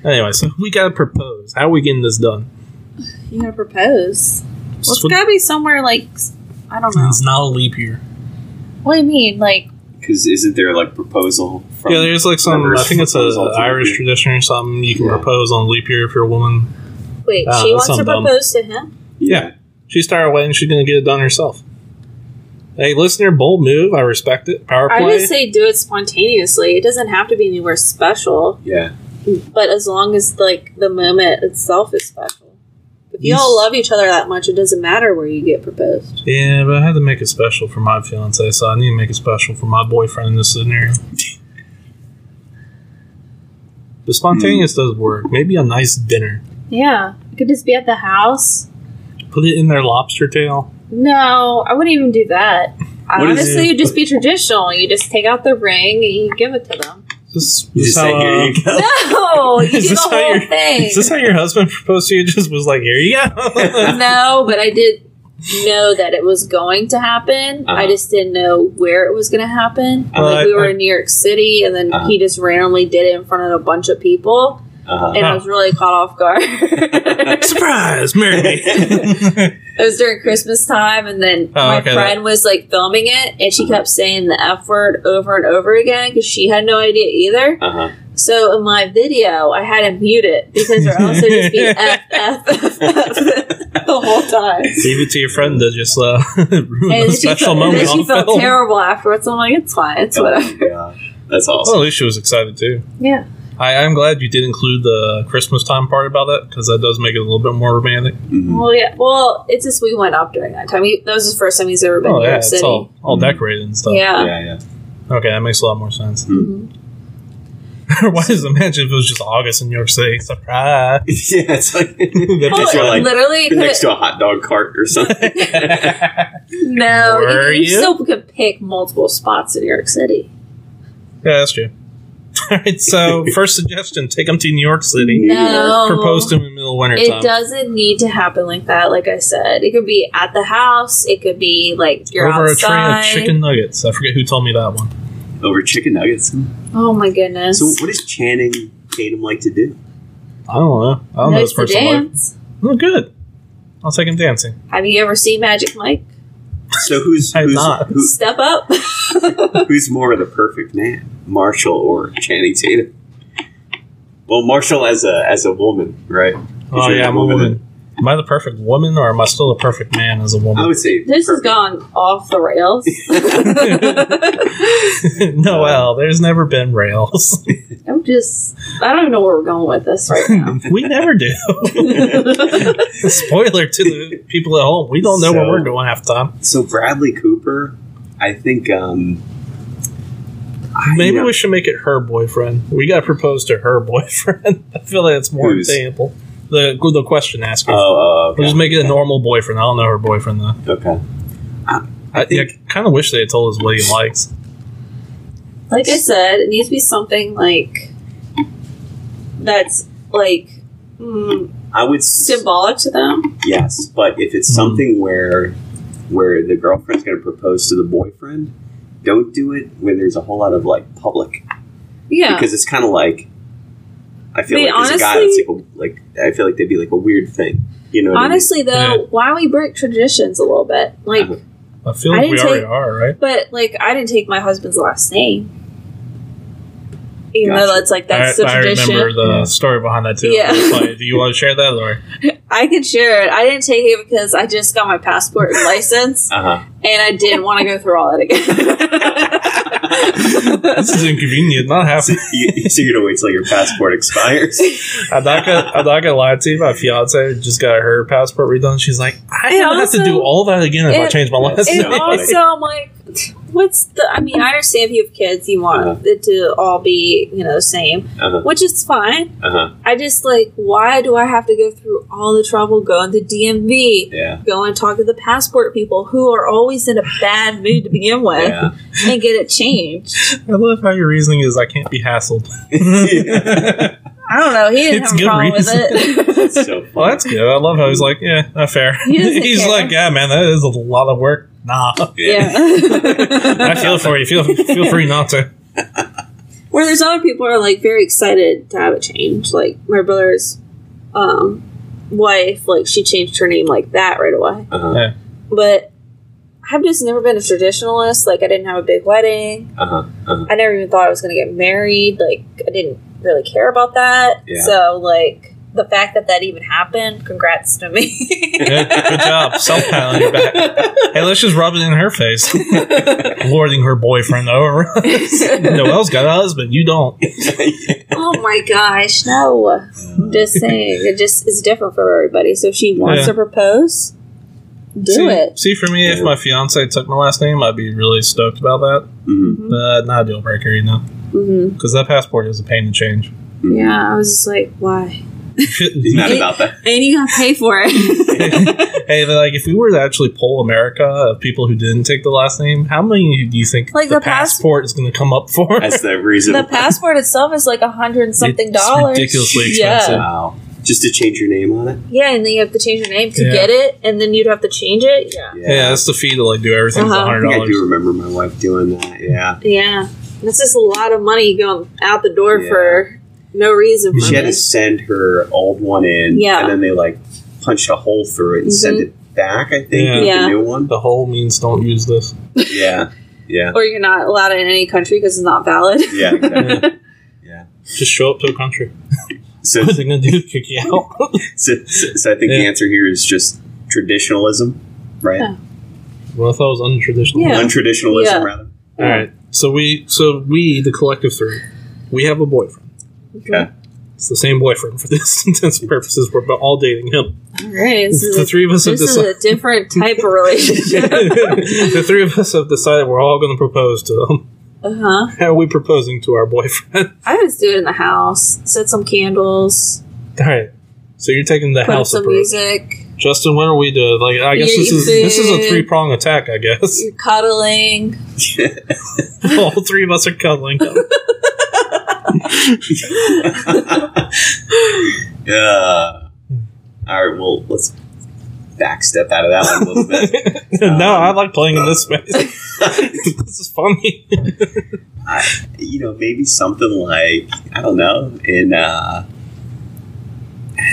Anyway, so we gotta propose. How are we getting this done? You gotta propose. Well, it's Swi- gotta be somewhere like s- I don't know. it's not a leap year. What do you mean? Like Because isn't there like proposal? From, yeah, there's like some. I members think it's a proposal to leap Irish year? tradition or something. You can Yeah. propose on leap year if you're a woman. Wait, Ah, she that's wants to something dumb. propose to him? Yeah. She started a wedding. She's gonna get it done herself. Hey, listener, bold move. I respect it. Power I play. would say do it spontaneously. It doesn't have to be anywhere special, yeah, but as long as like the moment itself is special. If you You all s- love each other that much, it doesn't matter where you get proposed. yeah, but I had to make it special for my fiance, so I need to make it special for my boyfriend in this scenario. The spontaneous does work. Maybe a nice dinner. Yeah, it could just be at the house. Put it in their lobster tail. No, I wouldn't even do that. I What is honestly, it? would just be traditional. You just take out the ring and you give it to them. This, you this just how, say here uh, you go. No, you Is do the this how whole you're- thing. Is this how your husband proposed to you? Just was like, here you go. no, but I did know that it was going to happen. Uh-huh. I just didn't know where it was going to happen. Uh-huh. Like we were Uh, in New York City, and then Uh-huh. he just randomly did it in front of a bunch of people, Uh-huh. and I was really caught off guard. it Surprise, marry me. was during Christmas time, and then Oh, my okay, that- Uh-huh. friend was like filming it, and she kept saying the f word over and over again because she had no idea either. Uh-huh. So in my video, I had to mute it because or else it would just be f f f f the whole time. Leave it to your friend to just uh, ruin a she special felt- moment Then she on felt film. terrible afterwards. I'm like, it's fine. It's Oh whatever. my gosh, that's Well, awesome. at least she was excited too. Yeah. I, I'm glad you did include the Christmas time part about that because that does make it a little bit more romantic. Mhm. Well, yeah. Well, it's just we went up during that time. He, that was his first time he's ever been Oh to New yeah, York it's City. all, all Mhm. decorated and stuff. yeah. Yeah, yeah. Okay, that makes a lot more sense. Mhm. Why does imagine if it was just August in New York City? Surprise. yeah, it's like Well, you're like literally, you're could- next to a hot dog cart or something. no. Were You, you you? still could pick multiple spots in New York City. Yeah, that's true. All right, so first suggestion: take them to New York City. No. Propose to them in the middle of winter It time. doesn't need to happen like that. Like I said, it could be at the house. It could be like you're Over outside. a tray of chicken nuggets. I forget who told me that one. over chicken nuggets. Oh my goodness! So, what does Channing Tatum like to do? I don't know. I don't know Nice his to personal life. dance. Oh, good. I'll take him dancing. Have you ever seen Magic Mike? So who's I have who's, not. who- Step up. who's more of the perfect man, Marshall or Channing Tatum? Well, Marshall as a as a woman, right? Oh you're yeah, the I'm a woman. Am I the perfect woman, or am I still the perfect man as a I woman? would say This has gone off the rails. uh, Noel, there's never been rails. I'm just, I don't know where we're going with this right now. we never do. Spoiler to the people at home: we don't know where So- we're going half the time. So Bradley Cooper, I think. um I Maybe know- we should make it her boyfriend. We got to propose to her boyfriend. I feel like that's more Who's? example. The the question asker. Oh, oh, okay. we'll just make it a normal boyfriend. I don't know her boyfriend though. okay. I, I, I think kind of wish they had told us what he likes. Like I said, it needs to be something like that's like mm, I would s- symbolic to them. Yes, but if it's Mhm. something where where the girlfriend's going to propose to the boyfriend, don't do it when there's a whole lot of like public Yeah. because it's kind of like I feel I mean, like as a guy, it's honestly- like, a, like I feel like that'd be like a weird thing, you know? what I mean? Honestly, though, Yeah. why don't we break traditions a little bit? Like, Uh-huh. I feel I like we didn't already take- are, right? but like, I didn't take my husband's last name, even Gotcha. though that's like that's I, the I tradition. remember the story behind that too. Yeah. It's like, do you want to share that or I could share it. I didn't take it because I just got my passport and license, Uh-huh. and I didn't want to go through all that again. this is inconvenient? Not So, happy. you, so you're gonna wait till your passport expires? I'm not gonna, I'm not gonna lie to you. My fiance just got her passport redone. She's like, I It don't have to also- do all that again if I it- change my Yes. last It and name. So funny. also, I'm like, what's the? I mean, I understand if you have kids, you want it to all be you know the same, Uh-huh. which is fine. Uh-huh. I just like, why do I have to go through all the trouble going to DMV? Yeah. Go and talk to the passport people who are always in a bad mood to begin with Yeah. and get it changed. I love how your reasoning is I can't be hassled. I don't know. He didn't It's have a good problem with it. so funny. Well, that's good. I love how he's like, yeah, not fair. He doesn't he's care. like, yeah, man, that is a lot of work. Nah, yeah. I feel for you. Feel feel free not to. Where there's other people who are like very excited to have it changed. Like my brother's um, wife, like she changed her name like that right away. Uh-huh. Yeah. But I've just never been a traditionalist. Like I didn't have a big wedding. Uh-huh. Uh-huh. I never even thought I was going to get married. Like I didn't really care about that. Yeah. So like the fact that that even happened, congrats to me. Yeah, good job. Self pat on your back. Hey, let's just rub it in her face. Lording her boyfriend over us. Noelle's got a husband. You don't. Oh my gosh, no. I'm just saying, it just is different for everybody. So if she wants Yeah. to propose, do see, it. See, for me, if Yeah. my fiance took my last name, I'd be really stoked about that. Mhm. Mm-hmm. But not a deal breaker, you know? hmm Because that passport is a pain to change. Yeah, I was just like, why? Not about that. And you gotta pay for it. Hey, but, like if we were to actually poll America of people who didn't take the last name, how many do you think Like the, the pass- passport is going to come up for? That's the reason. the passport itself is like a hundred and something It's dollars. ridiculously expensive. Yeah. Wow. Just to change your name on it. yeah, and then you have to change your name to Yeah. get it, and then you'd have to change it. Yeah. yeah. that's the fee to like do everything Uh-huh. for hundred I think I dollars. do remember my wife doing that. Yeah, Yeah. That's just a lot of money going out the door Yeah. for no reason. she had me. to send her old one in. Yeah. Mm-hmm. and then they like punched a hole through it and send it back. I think Yeah. with Yeah. the new one. The whole means don't use this. yeah, yeah, Or you're not allowed in any country because it's not valid. yeah. Exactly. yeah. Just show up to a country. So, What are they going to do? Kick you out? so, so, so I think the Yeah. answer here is just traditionalism, right? Yeah. well, I thought it was untraditional. Yeah. Untraditionalism, Yeah. rather. All right. So we, so we, the collective three, we have a boyfriend. Okay. It's the same boyfriend for this intents and purposes. We're all dating him. All right. This is The a- three of us have This is decided. a different type of relationship. the three of us have decided we're all going to propose to him. uh huh. How are we proposing to our boyfriend? I just do it in the house. Set some candles. All right. So you're taking the Put house some approach. music. Justin, what are we doing? Like, I guess You're this is this is a eating. three prong attack. I guess You're cuddling. all three of us are cuddling. Yeah. All right. Well, let's backstep out of that one a little bit. no, I like playing in this space. this is funny. you know, maybe something like I don't know in uh,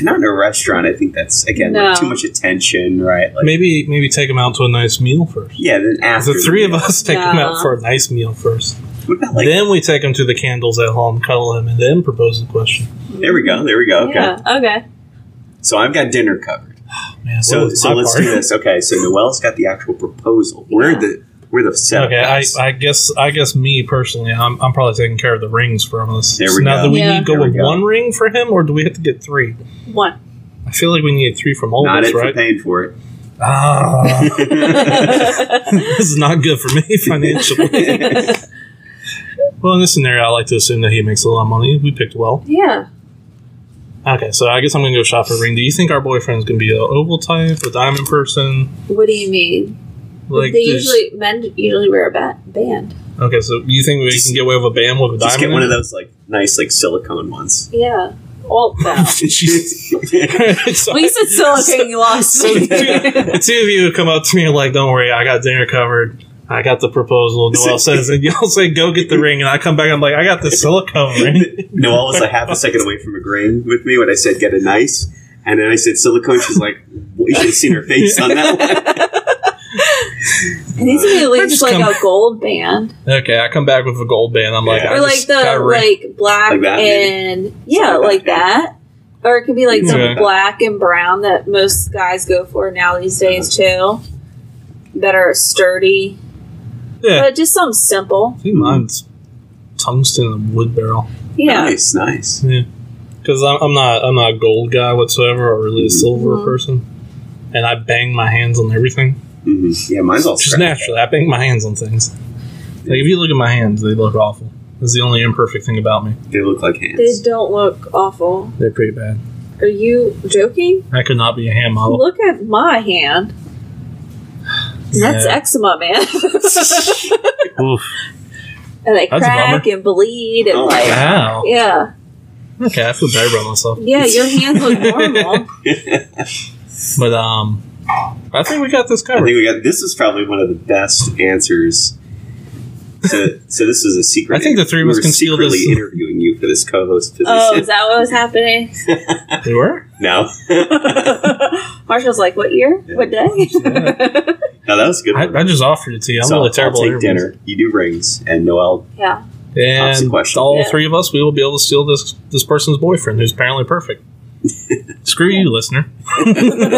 not in a restaurant. I think that's again like, No. too much attention, right? Like, Maybe maybe take them out to a nice meal first. yeah. Then after The three of us take them Yeah. out for a nice meal first. What about like? then we take them to the candles at home, cuddle him, and then propose the question. There we go. There we go. Okay. Yeah. Okay. So I've got dinner covered. Man, what So was so my let's part? do this. Okay. So Noelle's got the actual proposal. We're Yeah. the we're the setup. Okay, I, guys. I guess I guess me personally, I'm, I'm probably taking care of the rings for him. There we so Now go. do we Yeah. need to There go we with go. one ring for him, or do we have to get three? One. I feel like we need three from all not of it us, for right? paying for it. Ah, Oh. this is not good for me financially. well, in this scenario, I like to assume that he makes a lot of money. We picked well. yeah. Okay, so I guess I'm going to go shop for a ring. Do you think our boyfriend's going to be an oval type, a diamond person? What do you mean? Like they there's- usually men usually wear a ba- band. Okay, so you think we can get away with a band with a diamond? Just get in one it? of those like nice like silicone ones. Yeah. All that. It's- At least it's silicone. You lost So the, two, me. the two of you come up to me and like, "Don't worry, I got dinner covered. I got the proposal." Noel says, and y'all say, "Go get the ring," and I come back. I'm like, "I got the silicone ring." Noelle was a half a second away from agreeing with me when I said get a nice, and then I said silicone. She's like, well, you should have seen her face on that one. It needs to be at just least like come- a gold band Okay, I come back with a gold band. I'm like, Yeah. I or like just got the a ring. like black Like that, and maybe? yeah, Something like like that, that. Or it could be like some Okay. black and brown that most guys go for now these days too. That are sturdy, yeah, but just something simple. I think mine's tungsten and wood barrel. Yeah, Nice, nice. Yeah, because I'm, I'm not I'm not a gold guy whatsoever, or really a silver Mm-hmm. person. And I bang my hands on everything. hmm Yeah, mine's all Just scratched. naturally, I bang my hands on things. Like if you look at my hands, they look awful. That's the only imperfect thing about me. They look like they hands. don't look awful. They're pretty bad. Are you joking? I could not be a hand model. Look at my hand. That's Yeah. eczema, man. Oof. and they That's a crack bummer. and bleed and Oh, like, Wow. yeah, Okay, I feel better about myself. yeah. Your hands look normal. But um, I think we got this I covered. think we got this is probably one of the best answers. So, so this is a secret. I think the three of we us were concealed secretly this- interviewing you for this co-host position. oh, is that what was happening? we were. no, Marshall's like, what year? What day? no, that was a good. I, one. I just offered it to you. I'm So really I'll terrible. take at dinner. You do rings, and Noel. yeah. interviews. Ask the And question. all Yeah. three of us, we will be able to steal this this person's boyfriend, who's apparently perfect. Screw you, listener.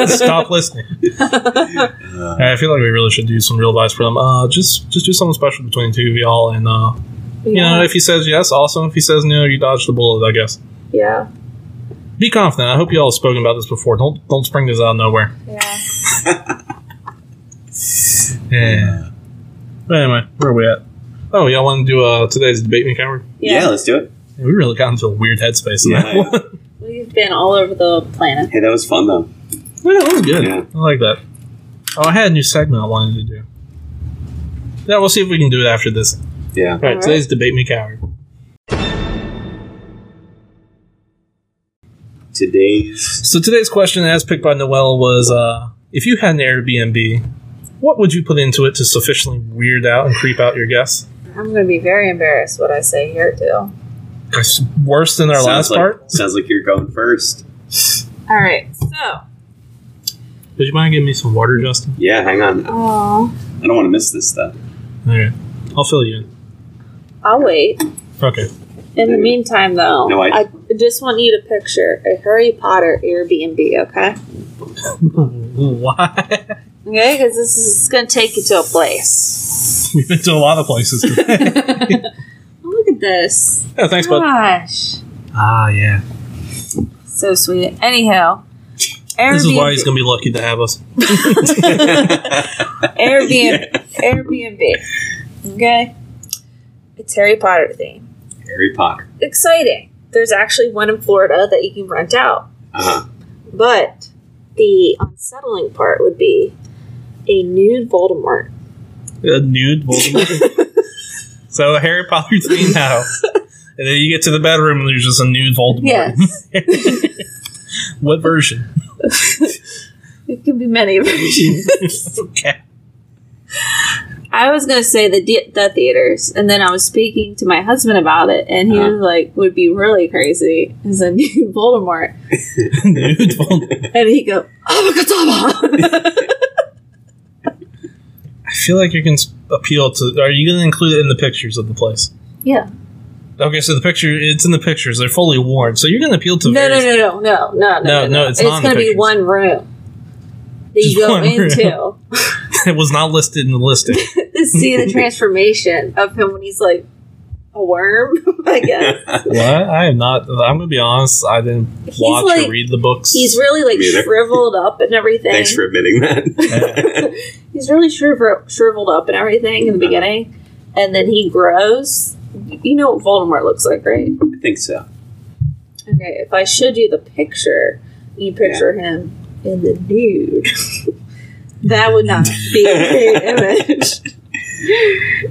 Stop listening. Uh, I feel like we really should do some real advice for them. Uh, just just do something special between the two of y'all, and uh, you know, if he says yes, awesome. If he says no, you dodge the bullet, I guess. yeah. Be confident. I hope you all have spoken about this before. Don't don't spring this out of nowhere. Yeah. Yeah. But Uh, anyway, where are we at? Oh, y'all want to do uh, today's debate me coward? Yeah. Yeah. let's do it. Yeah, we really got into a weird headspace. In that Yeah. one. We've been all over the planet. Hey, that was fun though. yeah, that was good. Yeah. I like that. Oh, I had a new segment I wanted to do. Yeah, we'll see if we can do it after this. Yeah. All right, All right. today's debate me coward. Today's So today's question, as picked by Noel, was uh, if you had an Airbnb, what would you put into it to sufficiently weird out and creep out your guests? I'm going to be very embarrassed what I say here, too. It's worse than our sounds last like, part. Sounds like you're going first. All right. So, Would you mind giving me some water, Justin? Yeah, hang on. I Aw. don't want to miss this stuff. Alright. I'll fill you in. I'll wait. Okay. In the meantime, though, No, I- I just want you to picture a Harry Potter Airbnb, okay? Why? Okay, because this is going to take you to a place. We've been to a lot of places. Oh, Look at this. yeah, thanks, bud. Gosh. Ah, yeah. So sweet. Anyhow, Airbnb. This is why he's going to be lucky to have us. Airbnb. Airbnb. Okay. It's Harry Potter theme. Harry Potter. Exciting. There's actually one in Florida that you can rent out. Uh-huh. But the unsettling part would be a nude Voldemort. A nude Voldemort. so, a Harry Potter theme house. And then you get to the bedroom and there's just a nude Voldemort. Yes. What version? it could be many versions. okay. I I was gonna say the de- the theaters, and then I was speaking to my husband about it, and he Uh-huh. was like, "Would be really crazy is a new Voldemort," Nude Voldemort. and he go, "Oh my god, I feel like you can s- appeal to. Are you going to include it in the pictures of the place? yeah." Okay, so the picture it's in the pictures. They're fully worn, so you're going to appeal to. No, no, various- no, no, no, no, No, no, no, it's not in the gonna be pictures. one room that Just you go one room. into It was not listed in the listing. to see the transformation of him when he's like a worm. I guess what? I am not. I'm going to be honest. I didn't He's watch like- or read the books. he's really like Me either. shriveled up and everything. Thanks for admitting that. he's really shriv- shriveled up and everything in the beginning, and then he grows. You know what Voldemort looks like, right? I think so. Okay, if I showed you the picture, you picture him in the nude. that would not be a great image.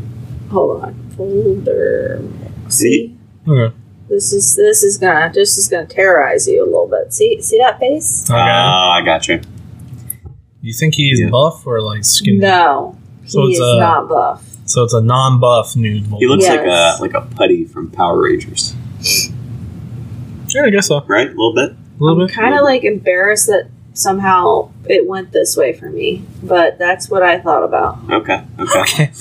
Hold on, folder. See, Okay. this is this is gonna this is gonna terrorize you a little bit. See, see that face? Okay. Oh, I got you. Uh, you think he's Yeah. buff or like skinny? No, he So it's, is uh, not buff. So it's a non-buff nude. He Voldemort. looks Yes. like a like a putty from Power Rangers, Yeah, I guess so. A right? A little bit. little I'm bit. kind of like embarrassed that somehow it went this way for me, but that's what I thought about. Okay. Okay.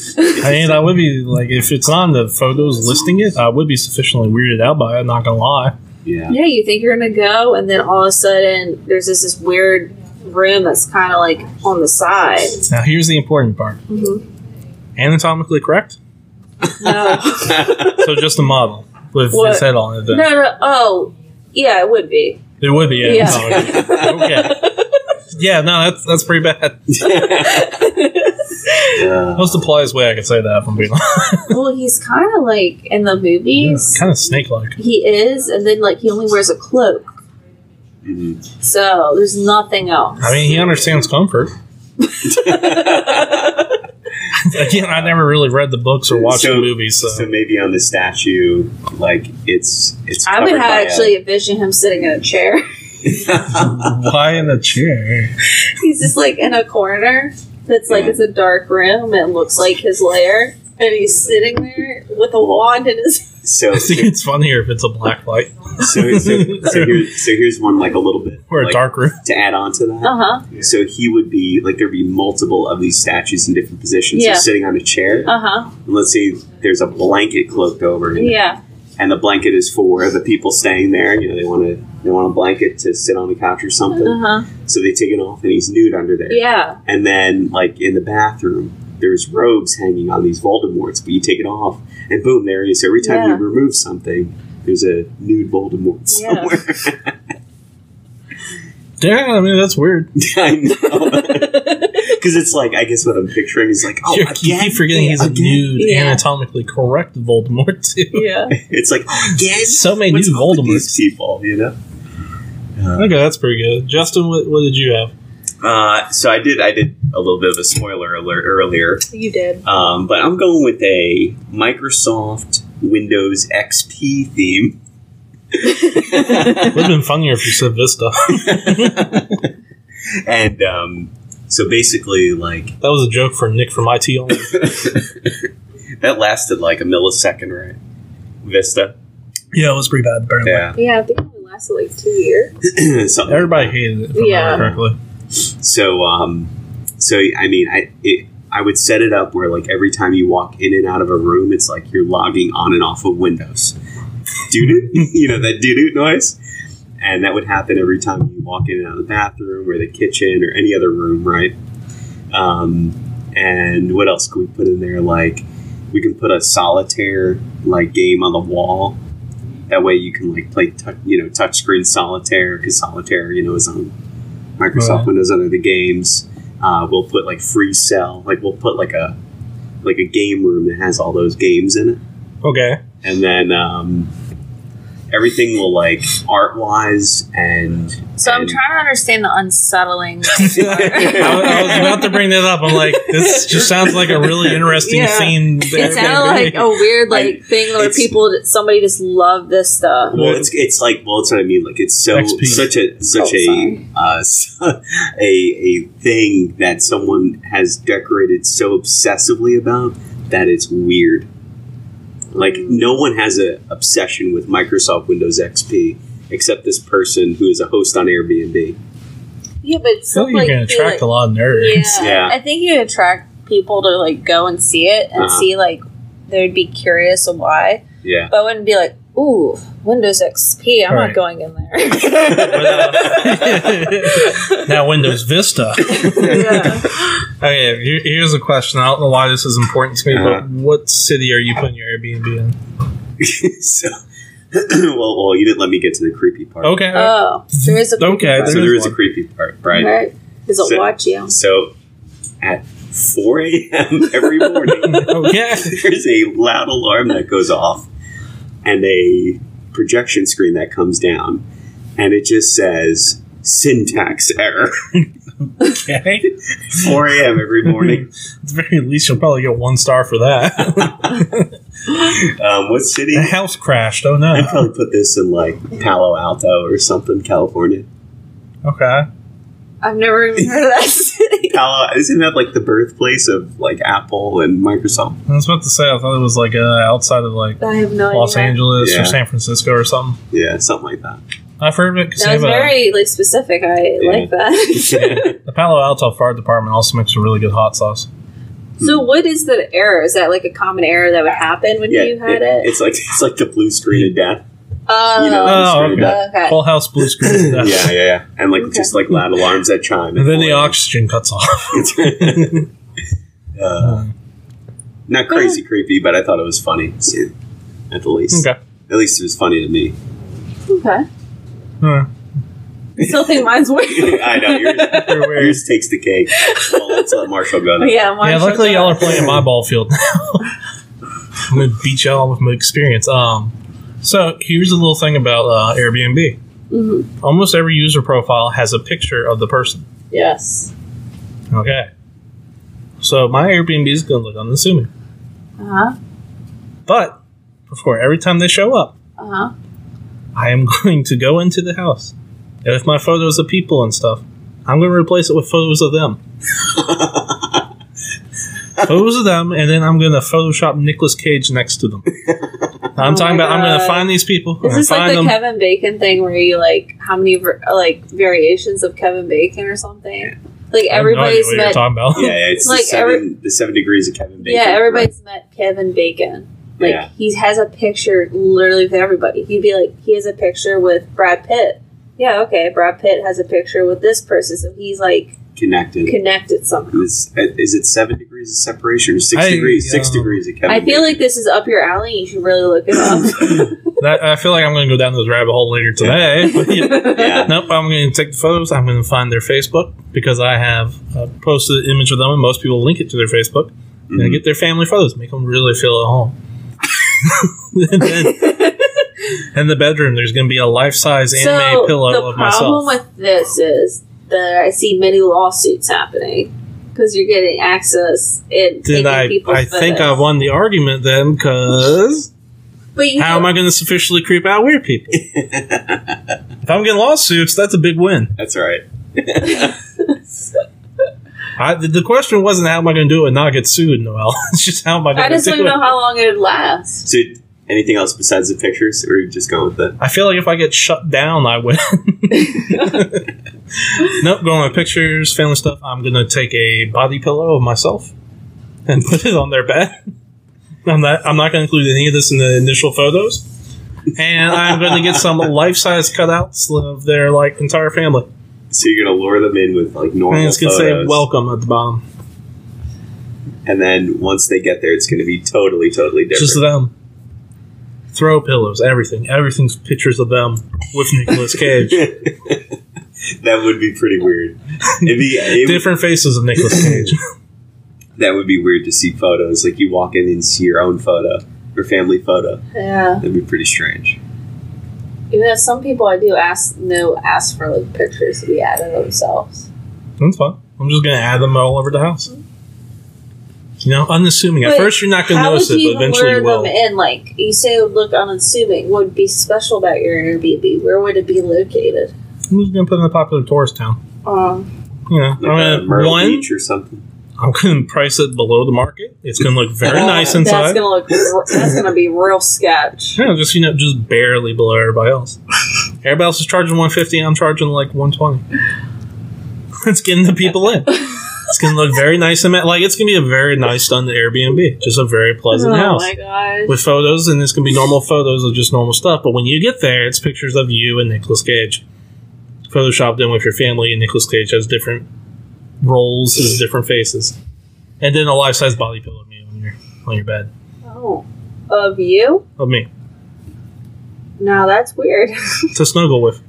I mean, I would be like, if it's on the photos listing it, I would be sufficiently weirded out by it. Not gonna lie. Yeah. Yeah, you think you're gonna go, and then all of a sudden there's this, this weird room that's kind of like on the side. Now, here's the important part: Mm-hmm. anatomically correct. No, So just a model with What? his head on it. Then. no, no. Oh, yeah, it would be. It would be. Yeah. Yeah. no, it would be. okay. Yeah, no, that's that's pretty bad. Uh, Most the politest way I could say that, if I'm being honest. well, he's kind of like in the movies. kind of snake-like. He is, and then like he only wears a cloak, mhm. so there's nothing else. I mean, he understands comfort. Mm-hmm. Again, I never really read the books or watched So- the movies, so, So maybe on the statue, like it's it's. I would covered have by uh, a- actually envisioned him sitting in a chair. why in a chair? he's just like in a corner that's like it's a dark room and looks like his lair, and he's sitting there with a wand in his so I think it's funnier if it's a black light so, so, so, here, so here's one like a little bit or a like, dark room. to add on to that. Uh huh. So he would be like there'd be multiple of these statues in different positions. Yeah. So sitting on a chair, Uh huh. and let's say there's a blanket cloaked over him, Yeah. and the blanket is for the people staying there. You know, they want to they want a blanket to sit on the couch or something. Uh Uh-huh. huh. So they take it off, and he's nude under there. Yeah. And then, like in the bathroom, there's robes hanging on these Voldemorts, but you take it off, and boom, there he is. So every time you Yeah. remove something, there's a nude Voldemort Yeah. somewhere. Yeah, I mean that's weird. I know. Because it's like, I guess what I'm picturing is like, oh, you again? keep forgetting he's a Again? nude, Yeah. anatomically correct Voldemort too. Yeah. It's like, oh, again? So many What's new up with Voldemorts. these people, you know? Okay, that's pretty good. Justin, what, what did you have? Uh, so I did, I did a little bit of a spoiler alert earlier, You did. um, but I'm going with a Microsoft Windows XP theme. It would have been funnier if you said Vista. and um, so basically, like that was a joke for Nick from IT only. that lasted like a millisecond, right? Vista, Yeah, it was pretty bad. Apparently. yeah. Yeah. I think it only lasted like two years. Something like Everybody that. hated it. If yeah. I Yeah. remember correctly. So, um, so I mean, I it, I would set it up where like every time you walk in and out of a room, it's like you're logging on and off of Windows. Doo doo, you know that doo doo noise, and that would happen every time you walk in and out of the bathroom or the kitchen or any other room, right? Um, and what else could we put in there? Like, we can put a solitaire like game on the wall. That way, you can like play, tou you know, touchscreen solitaire because solitaire, you know, is on Microsoft Right. Windows under the games. Uh, we'll put like free cell, like we'll put like a like a game room that has all those games in it, Okay. and then um, everything will like art wise and So I'm and- trying to understand the unsettling. part. I, wa- I was about to bring that up. I'm like, this just sounds like a really interesting Yeah. scene. It sounded like a weird like Like, thing where it's- people somebody just love this stuff. Well, it's it's like well, that's what I mean. Like it's so XP. such a such Oh, sorry. a uh, a a thing that someone has decorated so obsessively about that it's weird. Like no one has a obsession with Microsoft Windows XP except this person who is a host on Airbnb. Yeah, but it's I feel like you can attract a lot of nerds. Yeah. Yeah. I think you attract people to like go and see it and Uh-huh. see like they'd be curious of why, Yeah, but I wouldn't be like, "Ooh, Windows XP, I'm Right. not going in there." But, uh, now Windows Vista. yeah. Okay, here- here's a question. I don't know why this is important to me, Uh-huh. but what city are you putting your Airbnb in? so. well, well, you didn't let me get to the creepy part. Okay. Uh. oh, there is a Okay, so there there is is a one. creepy part, right? Right. Does it So- watch you? So, at 4 a.m. every morning, okay. there's a loud alarm that goes off and a projection screen that comes down and it just says syntax error Okay. 4 a.m every morning At the very least, you'll probably get one star for that. um, what city the house crashed. Oh no. i'd probably put this in like palo alto or something california Okay. I've never even heard of that city. palo isn't that like the birthplace of like apple and microsoft I was about to say. I thought it was like uh, outside of like I have no Los idea. Angeles Yeah. or San Francisco or something. yeah something like that I've heard of it. 'cause That they was have a- very like specific. I Yeah. like that. the Palo Alto Fire Department also makes a really good hot sauce. so, what is the error? Is that like a common error that would happen when yeah you had it- it? it's like it's like the blue screen of death Oh, you know Oh, the screen of okay. death. okay. Full House Blue Screen. yeah yeah yeah and like Okay. just like loud alarms that chime And then the 4 a.m.. oxygen cuts off. uh, not Uh-huh. crazy creepy, but I thought it was funny too, at the least. okay. At least it was funny to me. okay. Huh. I still think mine's weird. I know yours, Very weird. yours takes the cake. Well, let's let Marshall go. Then. yeah, mine yeah, shows luckily up. y'all are playing my ball field now. I'm gonna beat y'all with my experience. Um, so here's a little thing about uh, Airbnb. Mhm. Almost every user profile has a picture of the person. Yes. Okay. So my Airbnb is gonna look unassuming, Uh huh. but before every time they show up, Uh huh. I am going to go into the house, and with my photos of people and stuff, I'm going to replace it with photos of them. photos of them, and then I'm going to Photoshop Nicolas Cage next to them. I'm Oh talking my about I'm going to God. find these people. I'm Is gonna this find like the them. Kevin Bacon thing where you like how many ver- like variations of Kevin Bacon or something? Like I have no idea everybody's what you're met. talking about. Yeah, yeah, it's Like the, seven, every- the seven degrees of Kevin Bacon. yeah, everybody's met Kevin Bacon. Like Yeah. he has a picture literally with everybody. He'd be like, he has a picture with Brad Pitt. Yeah, okay. Brad Pitt has a picture with this person, so he's like right, connected. connected somehow. Is, is it seven degrees of separation or six I- degrees? Six um, degrees of Kevin. I feel like this is up your alley. You should really look it up. That, I feel like I'm going to go down this rabbit hole later today. But yeah. Yeah. Nope, I'm going to take the photos. I'm going to find their Facebook because I have uh, posted an image of them, and most people link it to their Facebook. And I Mhm. get their family photos, make them really feel at home. and then, in the bedroom, there's going to be a life size anime so the pillow of problem myself. with this is that I see many lawsuits happening because you're getting access and Then taking I, people's I think I photos. won the argument then because But you how am I going to sufficiently creep out weird people? if I'm getting lawsuits, that's a big win. That's all right. I, the, the question wasn't how am I going to do it and not get sued, Noel. it's just how am I I going to just don't do even it. know how long it would last. So, anything else besides the pictures, or are you just going with the? I feel like if I get shut down, I win. nope, going with pictures, family stuff. I'm gonna take a body pillow of myself and put it on their bed. I'm not. I'm not gonna include any of this in the initial photos, and I'm gonna get some life size cutouts of their like entire family. So you're gonna lure them in with like normal And it's gonna say photos, "Welcome" at the bottom, and then once they get there, it's gonna be totally, totally different. just them. Throw pillows, everything. Everything's pictures of them with Nicolas Cage. That would be pretty weird. It'd be, it would- Different faces of Nicolas Cage. that would be weird to see photos. Like you walk in and see your own photo, your family photo. Yeah. That'd be pretty strange. Even though some people I do ask no ask for like pictures to be added themselves. That's fine. I'm just gonna add them all over the house. You know, unassuming. At But first, you're not gonna How would notice it, you but even eventually lure you them will. in? Like you say, it would look unassuming. What would be special about your Airbnb? Where would it be located? I'm just gonna put it in a popular tourist town. Um, You know, Like I'm a gonna- Myrtle one. Beach or something. I'm gonna price it below the market. It's gonna look very uh, nice That's inside. gonna look. r- That's gonna be real sketch. Yeah, just you know, just barely below everybody else. everybody else is charging 150. I'm charging like 120. it's getting the people in. It's gonna look very nice and ma- like it's gonna be a very nice done Airbnb. Just a very pleasant oh house my gosh. with photos, and it's gonna be normal photos of just normal stuff. But when you get there, it's pictures of you and Nicolas Cage, photoshopped in with your family, and Nicolas Cage has different roles, his different faces, and then a life size body pillow of me on your on your bed oh, of you? of me. No, that's weird. to snuggle with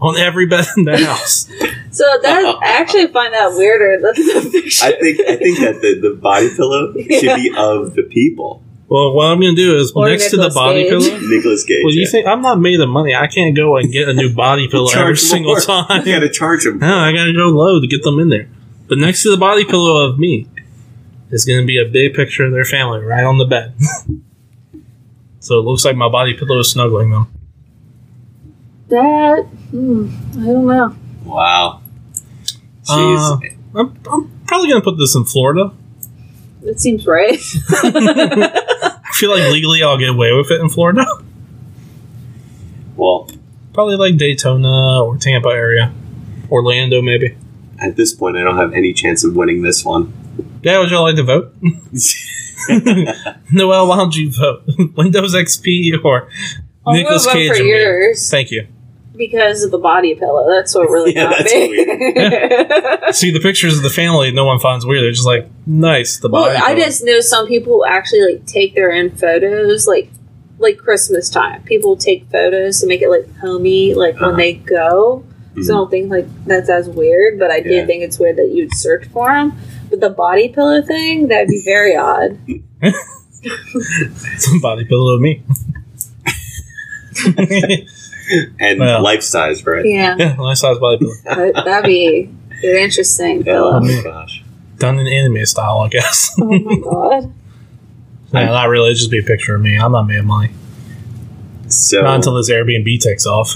on every bed in the house. So that I actually find that weirder than the picture. I think I think that the, the body pillow should be of the people. Well, what I'm going to do is Or next to the Nicolas body Cage. pillow. Nicholas Cage. Well, you yeah. think I'm not made of money? I can't go and get a new body pillow every Charge single more. time. You gotta charge him. No, I got to go low to get them in there. But next to the body pillow of me is going to be a big picture of their family right on the bed. so it looks like my body pillow is snuggling them. That hmm, I don't know. Wow. Uh, Jeez. I'm, I'm probably going to put this in Florida. It seems right. I feel like legally I'll get away with it in Florida. well, Probably like Daytona or Tampa area. Orlando, maybe. at this point, I don't have any chance of winning this one. Yeah, would y'all like to vote? Noel, why don't you vote? Windows XP or I'm gonna Nicholas vote Cage? for or me? yours. Thank you. because of the body pillow. That's what really Yeah, got that's me. See the pictures of the family no one finds weird. They're just like, nice, the body. well, I pillow. just know some people who actually like take their own photos, like like Christmas time. People take photos to make it like homey, like when Uh-huh. they go. So I don't think like that's as weird, but I Mm-hmm. Yeah. do think it's weird that you'd search for them. But the body pillow thing, that'd be very odd. Some body pillow of me. And Well. life size, right? Yeah, yeah, nice size body pillow. that- that'd be an interesting Oh pillow. Um, my gosh. Done in anime style, I guess. Oh my god. yeah, not really. It'd just be a picture of me. I'm not made of money. So Not until this Airbnb takes off.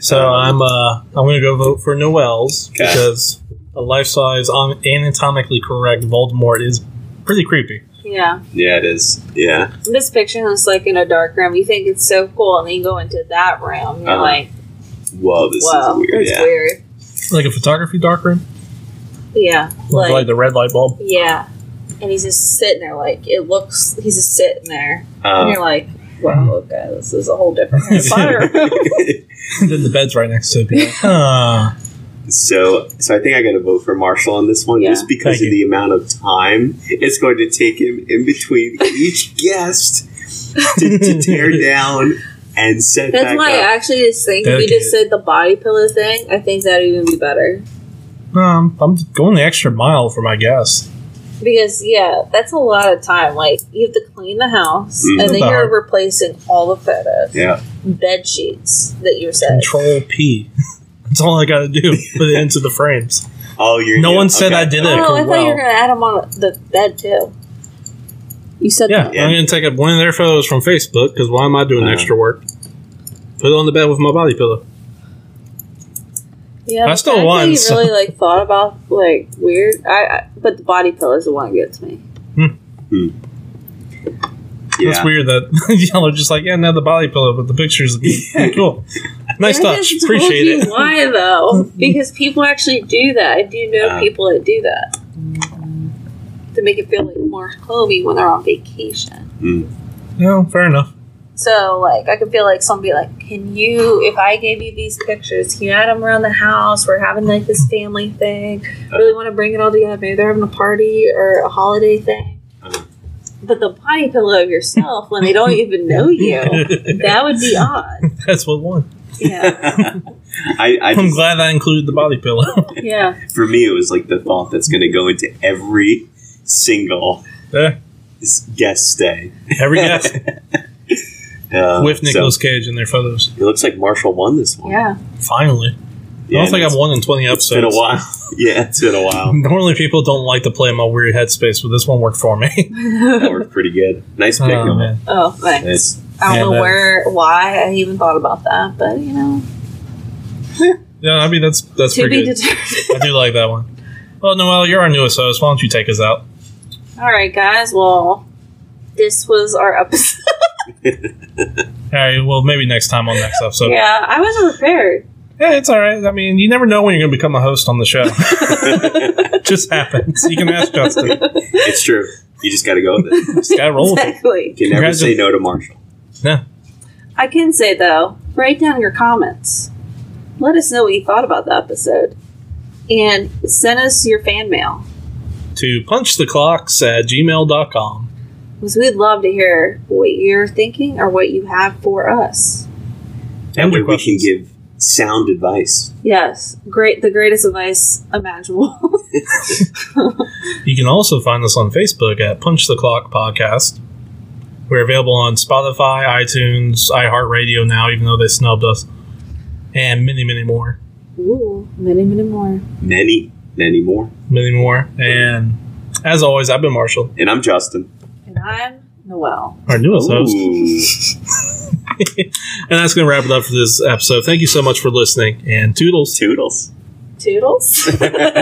so I'm uh, I'm gonna go vote for Noel's Okay. because a life size um, anatomically correct Voldemort is pretty creepy. Yeah. yeah, it is. Yeah, I'm just picturing this like in a dark room. You think it's so cool, and then you go into that room. You're Uh-huh. like, whoa, this wow, is weird. that's Yeah, weird. Like a photography darkroom, Yeah. like, like the red light bulb. Yeah. And he's just sitting there, like, it looks, he's just sitting there. Uh, and you're like, wow, okay, this is a whole different kind of fire. then the bed's right next to it. Be like, "Huh." so so I think I got to vote for Marshall on this one Yeah. just because Thank of the amount of time it's going to take him in between each guest to, to tear down and set That's back why up. I actually just think if you just Dedicated. said the body pillow thing, I think that'd even be better. um, I'm going the extra mile for my guess. Because, yeah, that's a lot of time. Like, you have to clean the house, Mhm. and then About. you're replacing all the photos, yeah, bed sheets that you said. Control P. That's all I got to do. Put it into the frames. oh, you're No yeah, one said I did it. Oh, I thought you Well. were going to add them on the bed, too. You said Yeah, that. Yeah. I'm gonna take up one of their photos from Facebook because why am I doing Uh-huh. extra work? Put it on the bed with my body pillow. Yeah, I the still fact that won, You so- really like thought about like weird. I, I but the body pillow is the one that gets me. Yeah. It's weird that y'all are just like, yeah, now the body pillow, but the pictures of me. cool. Nice I touch. just told you Appreciate it. Why though? Because people actually do that. I do know Uh. people that do that to make it feel like more homey when they're on vacation. No, fair enough. So like I could feel like somebody like, can you? If I gave you these pictures, can you add them around the house? We're having like this family thing. Really want to bring it all together. Maybe they're having a party or a holiday thing. Uh, But the body pillow of yourself when they don't even know you, that would be odd. That's what won. Yeah. I, I I'm just, glad I included the body pillow. Yeah. for me, it was like the thought that's going to go into every single Yeah, guest stay. Every guest. Uh, with so Nicolas Cage in their photos. it looks like Marshall won this one. Yeah. Finally, I don't think I've won in twenty It's been episodes. a while. yeah, it's been a while. Normally, people don't like to play in my weird headspace, but this one worked for me. that worked pretty good. Nice pick. oh, man. Oh, thanks. It's, I Yeah, don't that- know where, why I even thought about that, but you know, Yeah, I mean that's that's to pretty be good. determined. I do like that one. Well, Noel, you're our newest host. Why don't you take us out? All right, guys. Well, this was our episode. All right. Well, maybe next time on next episode. Yeah, yeah, I wasn't prepared. it's all right. I mean, you never know when you're going to become a host on the show. it just happens. You can ask Justin. it's true. You just got to go with it. Just gotta roll with it. Exactly. You can never Congratulations. say no to Marshall. Yeah. I can say though, write down your comments. Let us know what you thought about the episode, and send us your fan mail To punchtheclocks at gmail.com. because we'd love to hear what you're thinking or what you have for us. That And way your we can questions. give sound advice. Yes, great. The greatest advice imaginable. You can also find us on Facebook at Punch the Clock Podcast. We're available on Spotify, iTunes, iHeartRadio now, even though they snubbed us, and many, many more. Ooh, many, many more. Many, many more. Many more. And as always, I've been Marshall, And I'm Justin. And I'm Noelle. our newest host. Ooh. And that's going to wrap it up for this episode. Thank you so much for listening, and toodles. Toodles. Toodles.